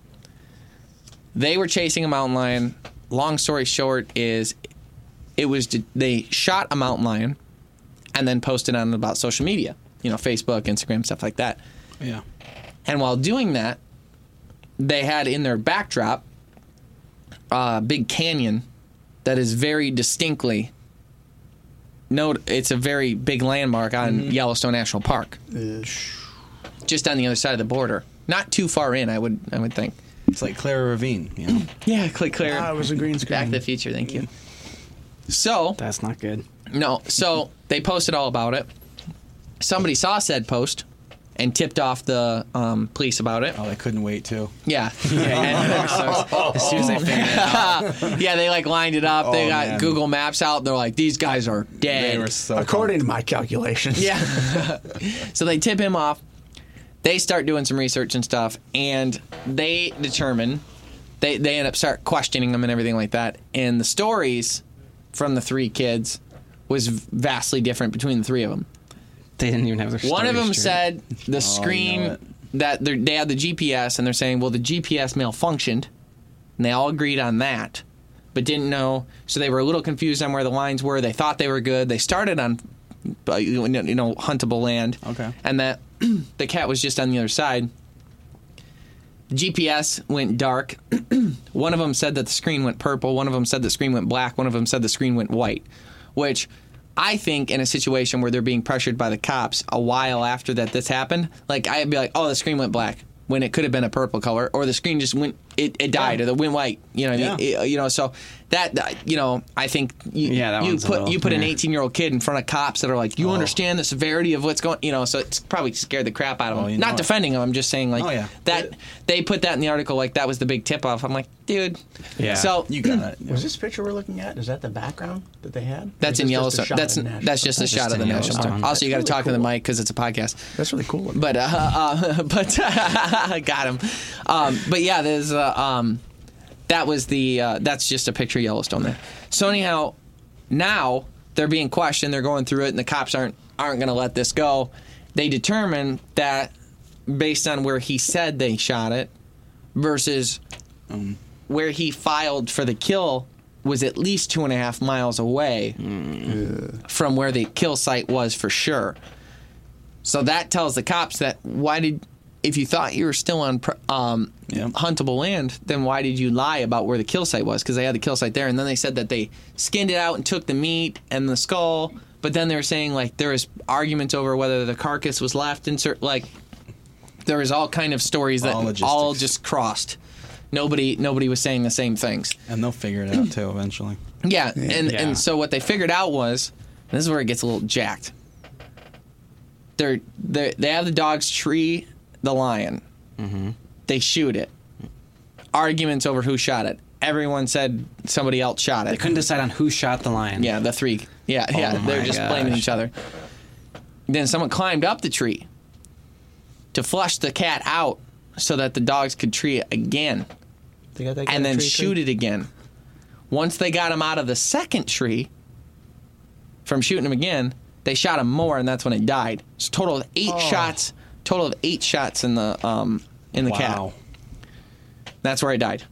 [SPEAKER 2] They were chasing a mountain lion. Long story short is, it was they shot a mountain lion, and then posted on about social media, you know, Facebook, Instagram, stuff like that.
[SPEAKER 4] Yeah.
[SPEAKER 2] And while doing that, they had in their backdrop a big canyon that is very distinctly. No, it's a very big landmark on Yellowstone National Park, just on the other side of the border. Not too far in, I would, I would think.
[SPEAKER 4] It's like Clara Ravine. You know?
[SPEAKER 2] Yeah, click clear.
[SPEAKER 3] Ah, it was a green screen.
[SPEAKER 2] Back to the Future. Thank you. So
[SPEAKER 4] That's not good.
[SPEAKER 2] No, so they posted all about it. Somebody saw said post and tipped off the um, police about it.
[SPEAKER 4] Oh, I couldn't wait too.
[SPEAKER 2] Yeah. Yeah,
[SPEAKER 5] As soon as they figure it out,
[SPEAKER 2] yeah, they like lined it up. they
[SPEAKER 4] Oh,
[SPEAKER 2] got
[SPEAKER 4] man.
[SPEAKER 2] Google Maps out. And they're like, these guys are dead.
[SPEAKER 4] They were so.
[SPEAKER 3] According to my calculations.
[SPEAKER 2] Yeah. so they tip him off. They start doing some research and stuff, and they determine they they end up start questioning him and everything like that. And the stories from the three kids was vastly different between the three of them.
[SPEAKER 5] they didn't even have their.
[SPEAKER 2] One of
[SPEAKER 5] story
[SPEAKER 2] them
[SPEAKER 5] straight.
[SPEAKER 2] said the screen
[SPEAKER 4] Oh, it.
[SPEAKER 2] that they're- they had the GPS, and they're saying, well, the GPS malfunctioned, and they all agreed on that, but didn't know. So they were a little confused on where the lines were. They thought they were good. They started on, uh, you know, you know, huntable land.
[SPEAKER 4] Okay.
[SPEAKER 2] And that the cat was just on the other side. GPS went dark. one of them said that the screen went purple. One of them said the screen went black. One of them said the screen went white, which I think in a situation where they're being pressured by the cops a while after that this happened, like I'd be like, oh, the screen went black when it could have been a purple color, or the screen just went, it, it died, or the went white. You know, what I mean? It- you know, so that that, you know, I think you,
[SPEAKER 5] Yeah, that
[SPEAKER 2] you
[SPEAKER 5] one's a
[SPEAKER 2] put
[SPEAKER 5] little-
[SPEAKER 2] you put an
[SPEAKER 5] yeah. Oh.
[SPEAKER 2] 18 year old kid in front of cops that are like, you understand the severity of what's going, you know, so it's probably scared the crap out of
[SPEAKER 5] Oh,
[SPEAKER 2] them.
[SPEAKER 4] you know
[SPEAKER 2] Not
[SPEAKER 4] it.
[SPEAKER 2] defending them, I'm just saying like
[SPEAKER 4] Oh, yeah.
[SPEAKER 2] that they put that in the article like that was the big tip off. I'm like, dude.
[SPEAKER 5] Yeah.
[SPEAKER 2] So
[SPEAKER 4] You got it.
[SPEAKER 3] Was this picture we're looking at? Is that the background that they had?
[SPEAKER 2] that's
[SPEAKER 3] Or
[SPEAKER 2] in
[SPEAKER 3] is this
[SPEAKER 2] Yellowstone.
[SPEAKER 3] just a shot
[SPEAKER 2] That's
[SPEAKER 3] in Nashville?
[SPEAKER 2] that's just a
[SPEAKER 5] That's
[SPEAKER 2] shot
[SPEAKER 5] just
[SPEAKER 2] of the
[SPEAKER 5] in
[SPEAKER 2] national park.
[SPEAKER 5] Yellowstone.
[SPEAKER 2] Also, you got to
[SPEAKER 3] That's
[SPEAKER 2] talk
[SPEAKER 3] really
[SPEAKER 2] to the
[SPEAKER 3] cool.
[SPEAKER 2] mic because it's a podcast.
[SPEAKER 3] That's really cool.
[SPEAKER 2] But uh, uh, but got him. Um, but yeah, there's uh, um, that was the uh, that's just a picture of Yellowstone there. So anyhow, now they're being questioned. They're going through it, and the cops aren't aren't going to let this go. They determine that based on where he said they shot it versus where he filed for the kill was at least two and a half miles away from where the kill site was for sure. So that tells the cops that why did if you thought you were still on pr- um,
[SPEAKER 4] Yeah.
[SPEAKER 2] huntable land, then why did you lie about where the kill site was? Because they had the kill site there, and then they said that they skinned it out and took the meat and the skull. But then they were saying like there was arguments over whether the carcass was left in certain like there was all kind of stories that
[SPEAKER 4] All logistics.
[SPEAKER 2] all just crossed. Nobody nobody was saying the same things.
[SPEAKER 4] and they'll figure it out too eventually.
[SPEAKER 2] Yeah, and
[SPEAKER 5] Yeah.
[SPEAKER 2] and so what they figured out was, and this is where it gets a little jacked. They're they they have the dogs tree the lion.
[SPEAKER 4] Mm-hmm.
[SPEAKER 2] They shoot it. Arguments over who shot it. Everyone said somebody else shot
[SPEAKER 5] They
[SPEAKER 2] it.
[SPEAKER 5] couldn't decide on who shot the lion.
[SPEAKER 2] Yeah, the three. Yeah, yeah.
[SPEAKER 5] Oh my
[SPEAKER 2] They're just blaming
[SPEAKER 5] gosh.
[SPEAKER 2] each other. Then someone climbed up the tree to flush the cat out so that the dogs could tree it again and then shoot it again. Once they got him out of the second tree from shooting him again, they shot him more, and that's when it died. So total of eight
[SPEAKER 5] Oh.
[SPEAKER 2] shots. Total of eight shots in the um in the cat. That's where it died.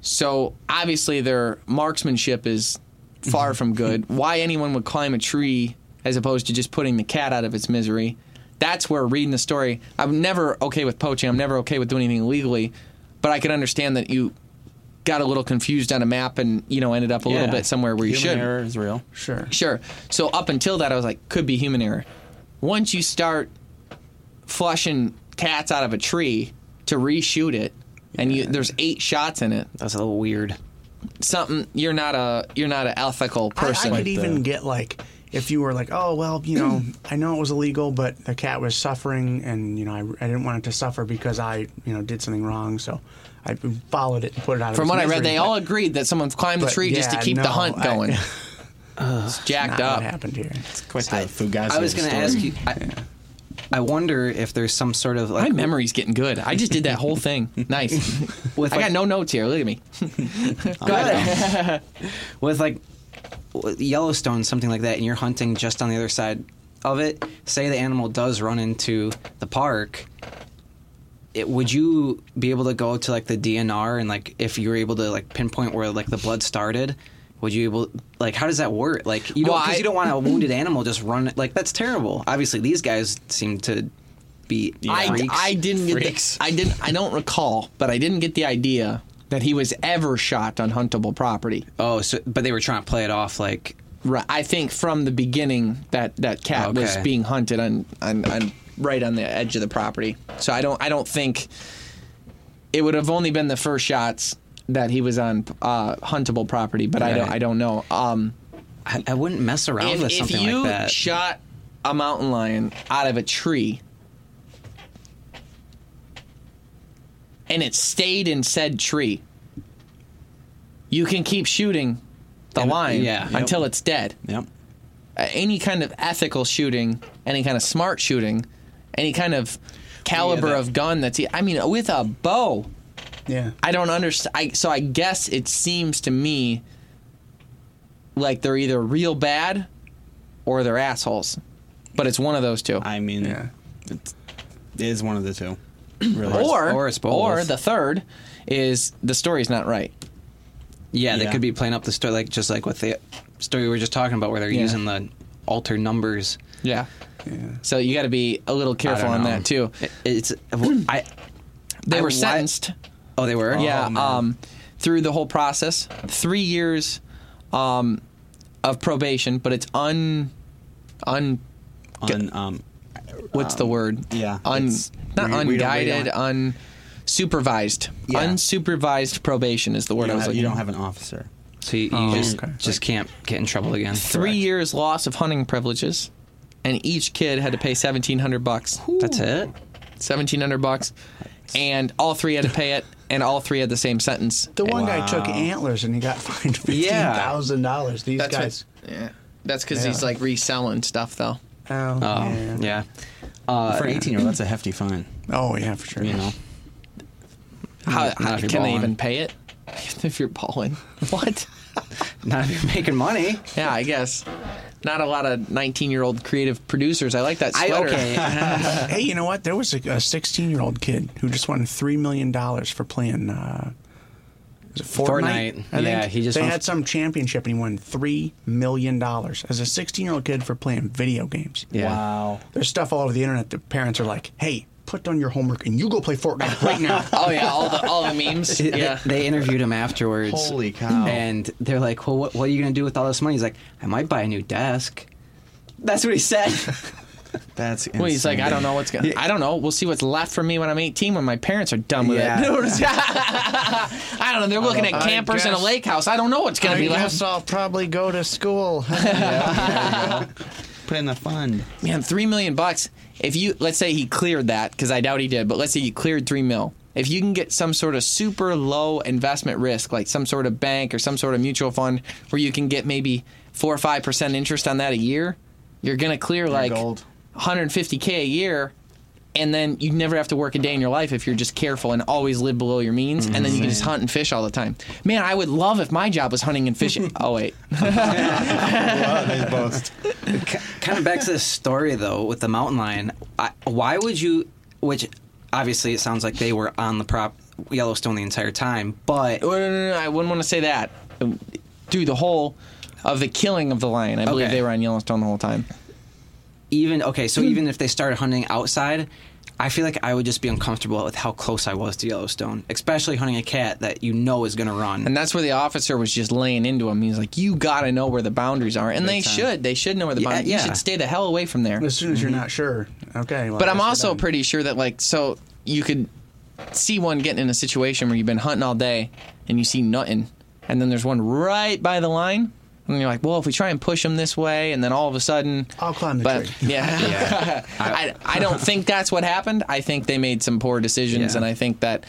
[SPEAKER 2] So obviously their marksmanship is far
[SPEAKER 4] Mm-hmm.
[SPEAKER 2] from good. Why anyone would climb a tree as opposed to just putting the cat out of its misery? That's where reading the story. I'm never okay with poaching. I'm never okay with doing anything illegally, but I can understand that you got a little confused on a map and you know ended up a little
[SPEAKER 4] Yeah.
[SPEAKER 2] bit somewhere where you
[SPEAKER 4] Human
[SPEAKER 2] shouldn't.
[SPEAKER 4] error is real.
[SPEAKER 3] Sure.
[SPEAKER 2] Sure. So up until that, I was like, could be human error. Once you start flushing cats out of a tree to reshoot it, and you, there's eight shots in it,
[SPEAKER 5] That's a little weird.
[SPEAKER 2] something you're not a you're not an ethical
[SPEAKER 3] I-
[SPEAKER 2] person.
[SPEAKER 3] I, could even get like if you were like, oh well, you know, I know it was illegal, but the cat was suffering, and you know, I, I didn't want it to suffer because I, you know, did something wrong, so I followed it and put it out. of
[SPEAKER 2] From
[SPEAKER 3] its
[SPEAKER 2] what I read,
[SPEAKER 3] misery,
[SPEAKER 2] they
[SPEAKER 3] but
[SPEAKER 2] all agreed that someone climbed the
[SPEAKER 3] but
[SPEAKER 2] tree just to
[SPEAKER 3] yeah,
[SPEAKER 2] keep the
[SPEAKER 3] no,
[SPEAKER 2] hunt
[SPEAKER 3] I-
[SPEAKER 2] going. it's jacked
[SPEAKER 3] Not
[SPEAKER 2] up.
[SPEAKER 3] what happened here?
[SPEAKER 4] Quite the fugazi.
[SPEAKER 5] I was
[SPEAKER 4] going to
[SPEAKER 5] ask you. I, I wonder if there's some sort of
[SPEAKER 2] My
[SPEAKER 5] like
[SPEAKER 2] memory's getting good. I just did that whole thing. Nice.
[SPEAKER 5] With
[SPEAKER 2] I
[SPEAKER 5] like-
[SPEAKER 2] got no notes here. Look at me.
[SPEAKER 5] with like Yellowstone, something like that, and you're hunting just on the other side of it. Say the animal does run into the park. It, would you be able to go to like the DNR and like if you were able to like pinpoint where like the blood started? Would you able like how does that work? Like you don't
[SPEAKER 2] Well,
[SPEAKER 5] because
[SPEAKER 2] I-
[SPEAKER 5] you don't want a wounded animal just run like that's terrible. Obviously, these guys seem to be
[SPEAKER 2] I,
[SPEAKER 5] freaks.
[SPEAKER 2] I didn't get
[SPEAKER 4] Freaks.
[SPEAKER 2] the, I didn't I don't recall, but I didn't get the idea that he was ever shot on huntable property.
[SPEAKER 5] oh, so but they were trying to play it off like
[SPEAKER 2] Right. I think from the beginning that that cat was
[SPEAKER 5] Okay.
[SPEAKER 2] being hunted on, on on right on the edge of the property. So I don't I don't think it would have only been the first shots that he was on uh, huntable property, but I don't
[SPEAKER 5] Right.
[SPEAKER 2] I don't know. Um,
[SPEAKER 5] I, I wouldn't mess around
[SPEAKER 2] if,
[SPEAKER 5] with
[SPEAKER 2] if
[SPEAKER 5] something
[SPEAKER 2] you
[SPEAKER 5] like that.
[SPEAKER 2] shot a mountain lion out of a tree and it stayed in said tree, you can keep shooting the
[SPEAKER 5] And- uh,
[SPEAKER 2] lion
[SPEAKER 5] yeah.
[SPEAKER 2] until it's dead.
[SPEAKER 4] Yep.
[SPEAKER 2] Uh, any kind of ethical shooting, any kind of smart shooting, any kind of caliber
[SPEAKER 4] that-
[SPEAKER 2] of gun that's e, I mean with a bow.
[SPEAKER 3] Yeah.
[SPEAKER 2] I don't understand. I, so I guess it seems to me like they're either real bad or they're assholes. But it's one of those two.
[SPEAKER 4] I mean,
[SPEAKER 3] Yeah.
[SPEAKER 4] it's, it is one of the two. Really.
[SPEAKER 2] or
[SPEAKER 5] or
[SPEAKER 2] or,
[SPEAKER 5] it's both.
[SPEAKER 2] the third is the story's not right.
[SPEAKER 5] Yeah, they
[SPEAKER 4] Yeah.
[SPEAKER 5] could be playing up the story, like just like with the story we were just talking about, where they're
[SPEAKER 2] Yeah.
[SPEAKER 5] using the alter numbers.
[SPEAKER 2] Yeah. So you got to be a little
[SPEAKER 5] I
[SPEAKER 2] careful
[SPEAKER 5] don't
[SPEAKER 2] on
[SPEAKER 5] know.
[SPEAKER 2] that too.
[SPEAKER 5] It- it's I.
[SPEAKER 2] They
[SPEAKER 5] I
[SPEAKER 2] were
[SPEAKER 5] wa-
[SPEAKER 2] sentenced.
[SPEAKER 5] Oh, they were.
[SPEAKER 2] yeah,
[SPEAKER 4] man.
[SPEAKER 2] um, through the whole process, three years um, of probation, but it's un un
[SPEAKER 4] on, um,
[SPEAKER 2] what's the word?
[SPEAKER 4] yeah,
[SPEAKER 2] un
[SPEAKER 4] it's-
[SPEAKER 2] not
[SPEAKER 4] we- we don't- we
[SPEAKER 2] unguided, unsupervised.
[SPEAKER 4] Yeah.
[SPEAKER 2] Unsupervised probation is the
[SPEAKER 4] you,
[SPEAKER 2] word I
[SPEAKER 4] don't
[SPEAKER 2] was
[SPEAKER 4] have,
[SPEAKER 2] looking.
[SPEAKER 4] you don't
[SPEAKER 2] for.
[SPEAKER 4] have an officer.
[SPEAKER 5] So you, you just just can't get in trouble again.
[SPEAKER 2] three years loss of hunting privileges, and each kid had to pay seventeen hundred bucks.
[SPEAKER 5] That's it.
[SPEAKER 2] Seventeen hundred bucks, and all three had to pay it, and all three had the same sentence.
[SPEAKER 3] The one guy took antlers and he got fined fifteen thousand dollars. These
[SPEAKER 2] That's
[SPEAKER 3] guys.
[SPEAKER 2] what, yeah. That's because
[SPEAKER 3] Yeah.
[SPEAKER 2] he's like reselling stuff though.
[SPEAKER 3] Oh,
[SPEAKER 5] Oh,
[SPEAKER 3] yeah.
[SPEAKER 5] yeah. Uh,
[SPEAKER 4] For an 18 year old, that's a hefty fine.
[SPEAKER 3] Oh yeah, for sure.
[SPEAKER 4] You know,
[SPEAKER 2] How,
[SPEAKER 5] Not
[SPEAKER 2] how
[SPEAKER 5] if you're
[SPEAKER 2] can they
[SPEAKER 5] balling.
[SPEAKER 2] even pay it? if you're balling, what?
[SPEAKER 5] not if you're making money.
[SPEAKER 2] Yeah, I guess. not a lot of 19 year old creative producers. I like that
[SPEAKER 5] I,
[SPEAKER 2] sweater.
[SPEAKER 5] okay.
[SPEAKER 3] Hey, you know what? There was a 16 year old kid who just won $3 million for playing. Uh, was it Fortnite?
[SPEAKER 5] Fortnite.
[SPEAKER 3] I
[SPEAKER 5] Yeah,
[SPEAKER 3] think?
[SPEAKER 5] he just
[SPEAKER 3] They
[SPEAKER 5] won-
[SPEAKER 3] had some championship and he won $3 million as a 16 year old kid for playing video games.
[SPEAKER 5] Yeah.
[SPEAKER 4] Wow.
[SPEAKER 3] There's stuff all over the internet that parents are like, hey, put down your homework and you go play Fortnite right now.
[SPEAKER 2] Oh yeah, all the all the memes.
[SPEAKER 5] They-
[SPEAKER 2] Yeah.
[SPEAKER 5] They interviewed him afterwards.
[SPEAKER 4] Holy cow.
[SPEAKER 5] And they're like, "Well, what, what are you going to do with all this money?" He's like, "I might buy a new desk." That's what he said.
[SPEAKER 4] That's insane.
[SPEAKER 2] Well, he's like, I don't know what's gonna. I don't know. We'll see what's left for me when I'm 18 when my parents are done with
[SPEAKER 4] Yeah.
[SPEAKER 2] it. I don't know. They're looking at
[SPEAKER 3] I
[SPEAKER 2] campers in a
[SPEAKER 3] guess-
[SPEAKER 2] lake house. I don't know what's gonna
[SPEAKER 3] I
[SPEAKER 2] be
[SPEAKER 3] guess
[SPEAKER 2] left.
[SPEAKER 3] I'll probably go to school.
[SPEAKER 4] Put in the fund.
[SPEAKER 2] Man, three million bucks. If you let's say he cleared that, because I doubt he did, but let's say he cleared three mil. If you can get some sort of super low investment risk, like some sort of bank or some sort of mutual fund, where you can get maybe four or five percent interest on that a year, you're gonna clear like
[SPEAKER 4] gold.
[SPEAKER 2] 150k a year, and then you never have to work a day in your life if you're just careful and always live below your means, and then you can just hunt and fish all the time. Man, I would love if my job was hunting and fishing. oh wait,
[SPEAKER 4] they boast.
[SPEAKER 5] kind of back to this story though with the mountain lion. I, why would you? Which obviously it sounds like they were on the prop Yellowstone the entire time, but
[SPEAKER 2] no, no, no, no, I wouldn't want to say that. Dude, the whole of the killing of the lion. I believe
[SPEAKER 5] Okay.
[SPEAKER 2] they were on Yellowstone the whole time.
[SPEAKER 5] even okay, so even if they started hunting outside, I feel like I would just be uncomfortable with how close I was to Yellowstone, especially hunting a cat that you know is going to run.
[SPEAKER 2] And that's where the officer was just laying into him. He's like, "You got to know where the boundaries are." And they should. They should know where the
[SPEAKER 5] Yeah,
[SPEAKER 2] boundaries.
[SPEAKER 5] yeah.
[SPEAKER 2] You should stay the hell away from there.
[SPEAKER 3] As soon as
[SPEAKER 5] Mm-hmm.
[SPEAKER 3] you're not sure. Okay. well,
[SPEAKER 2] But
[SPEAKER 3] I
[SPEAKER 2] I'm
[SPEAKER 3] guess we're
[SPEAKER 2] also
[SPEAKER 3] done.
[SPEAKER 2] pretty sure that like so you could see one getting in a situation where you've been hunting all day and you see nothing, and then there's one right by the line, and you're like, well, if we try and push him this way, and then all of a sudden,
[SPEAKER 3] I'll climb the
[SPEAKER 2] but
[SPEAKER 3] tree.
[SPEAKER 2] yeah, I, I don't think that's what happened. I think they made some poor decisions,
[SPEAKER 5] Yeah.
[SPEAKER 2] and I think that.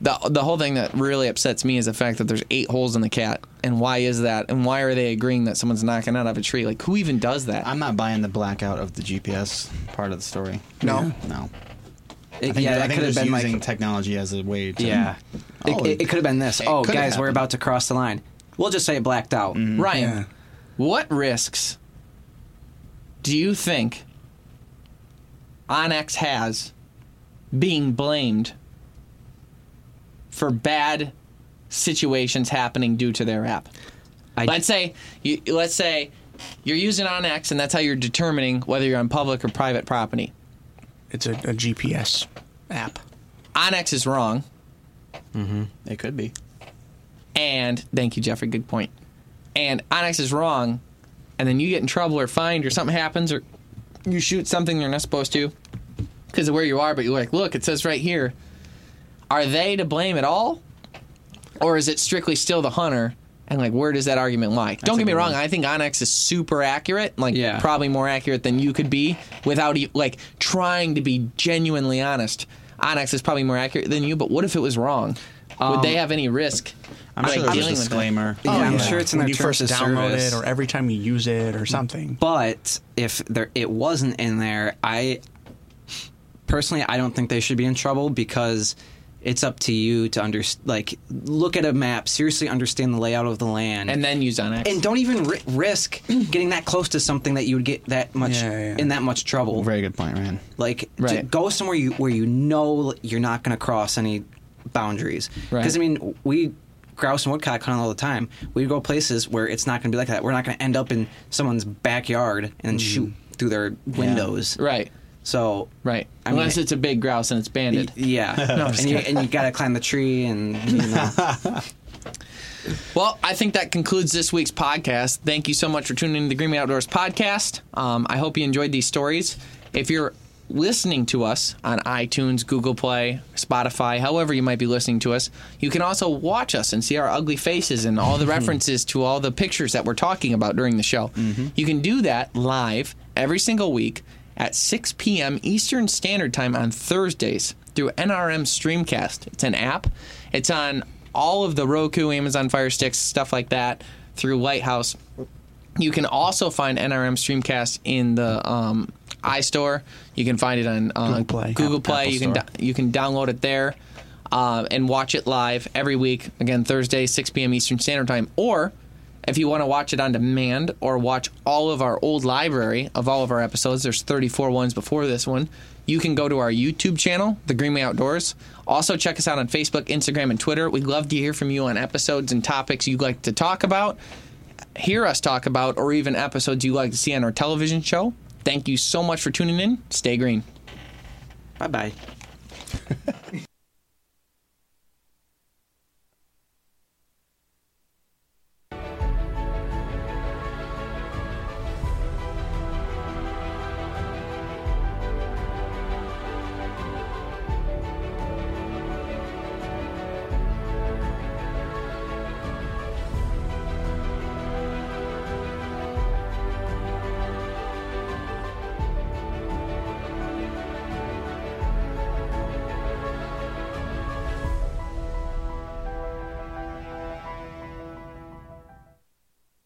[SPEAKER 2] The, the whole thing that really upsets me is the fact that there's eight holes in the cat, and why is that? And why are they agreeing that someone's knocking out of a tree? Like, who even does that?
[SPEAKER 4] I'm not buying the blackout of the GPS part of the story.
[SPEAKER 3] No.
[SPEAKER 4] No.
[SPEAKER 5] It-
[SPEAKER 4] I think,
[SPEAKER 5] yeah,
[SPEAKER 4] I think
[SPEAKER 5] that
[SPEAKER 4] they're
[SPEAKER 5] could have
[SPEAKER 4] just
[SPEAKER 5] been
[SPEAKER 4] using
[SPEAKER 5] like
[SPEAKER 4] technology as a way to.
[SPEAKER 5] Yeah. It,
[SPEAKER 4] Oh,
[SPEAKER 5] it, could have been this.
[SPEAKER 4] it
[SPEAKER 5] Oh,
[SPEAKER 4] could have
[SPEAKER 5] guys, we're
[SPEAKER 4] happened.
[SPEAKER 5] about to cross the line. We'll just say it blacked out.
[SPEAKER 2] Ryan,
[SPEAKER 3] Yeah.
[SPEAKER 2] what risks do you think Onyx has being blamed for bad situations happening due to their app?
[SPEAKER 5] I-
[SPEAKER 2] let's say you, let's say you're using Onyx and that's how you're determining whether you're on public or private property.
[SPEAKER 3] It's a, a GPS app.
[SPEAKER 2] Onyx is wrong,
[SPEAKER 4] It could be.
[SPEAKER 2] and thank you, Jeffrey. Good point. And Onyx is wrong, and then you get in trouble or fined or something happens or you shoot something you're not supposed to because of where you are, but you're like, look, it says right here. Are they to blame at all, or is it strictly still the hunter? And like, where does that argument lie? Don't get me wrong. I think Onyx is super accurate, like
[SPEAKER 5] Yeah.
[SPEAKER 2] probably more accurate than you could be without e- like trying to be genuinely honest. Onyx is probably more accurate than you, but what if it was wrong? Would they have any risk?
[SPEAKER 4] I'm
[SPEAKER 2] like,
[SPEAKER 4] sure there's a
[SPEAKER 2] dealing with that? Oh.
[SPEAKER 4] disclaimer.
[SPEAKER 5] Yeah, I'm sure it's in
[SPEAKER 3] when
[SPEAKER 5] their
[SPEAKER 3] you
[SPEAKER 5] terms
[SPEAKER 3] first
[SPEAKER 5] of
[SPEAKER 3] download
[SPEAKER 5] service.
[SPEAKER 3] it or every time you use it or something.
[SPEAKER 5] But if there it wasn't in there, I personally I don't think they should be in trouble because it's up to you to under like look at a map, seriously understand the layout of the land,
[SPEAKER 2] and then use Onyx.
[SPEAKER 5] and don't even ri- risk getting that close to something that you would get that much
[SPEAKER 3] Yeah, yeah.
[SPEAKER 5] in that much trouble.
[SPEAKER 4] Very good point, Ryan.
[SPEAKER 5] Like,
[SPEAKER 2] Right.
[SPEAKER 5] to go somewhere you, where you know you're not going to cross any boundaries.
[SPEAKER 2] Right.
[SPEAKER 5] Because I mean, we grouse and woodcock hunt all the time. We go places where it's not going to be like that. We're not going to end up in someone's backyard and then shoot through their windows.
[SPEAKER 2] Mm. right,
[SPEAKER 5] So
[SPEAKER 2] right.
[SPEAKER 5] I mean,
[SPEAKER 2] Unless it's a big grouse and it's banded.
[SPEAKER 5] yeah, and, you, and you got to climb the tree and you know.
[SPEAKER 2] Well, I think that concludes this week's podcast. Thank you so much for tuning in to the Green Man Outdoors podcast. Um, I hope you enjoyed these stories. If you're listening to us on iTunes, Google Play, Spotify, however you might be listening to us, you can also watch us and see our ugly faces and all the references to all the pictures that we're talking about during the show. You can do that live every single week at 6 p.m. Eastern Standard Time on Thursdays through NRM Streamcast. It's an app. It's on all of the Roku, Amazon Fire Sticks, stuff like that through Lighthouse. You can also find NRM Streamcast in the um, iStore. You can find it on uh,
[SPEAKER 3] Google Play.
[SPEAKER 2] Google
[SPEAKER 3] Apple-
[SPEAKER 2] Play.
[SPEAKER 3] Apple
[SPEAKER 2] you can
[SPEAKER 3] Store.
[SPEAKER 2] do- you can download it there uh, and watch it live every week. Again, Thursday, 6 p.m. Eastern Standard Time. Or If you want to watch it on demand or watch all of our old library of all of our episodes, there's 34 ones before this one. You can go to our YouTube channel, The Green Way Outdoors. Also, check us out on Facebook, Instagram, and Twitter. We'd love to hear from you on episodes and topics you'd like to talk about hear us talk about or even episodes you like to see on our television show. Thank you so much for tuning in. Stay green.
[SPEAKER 5] Bye bye.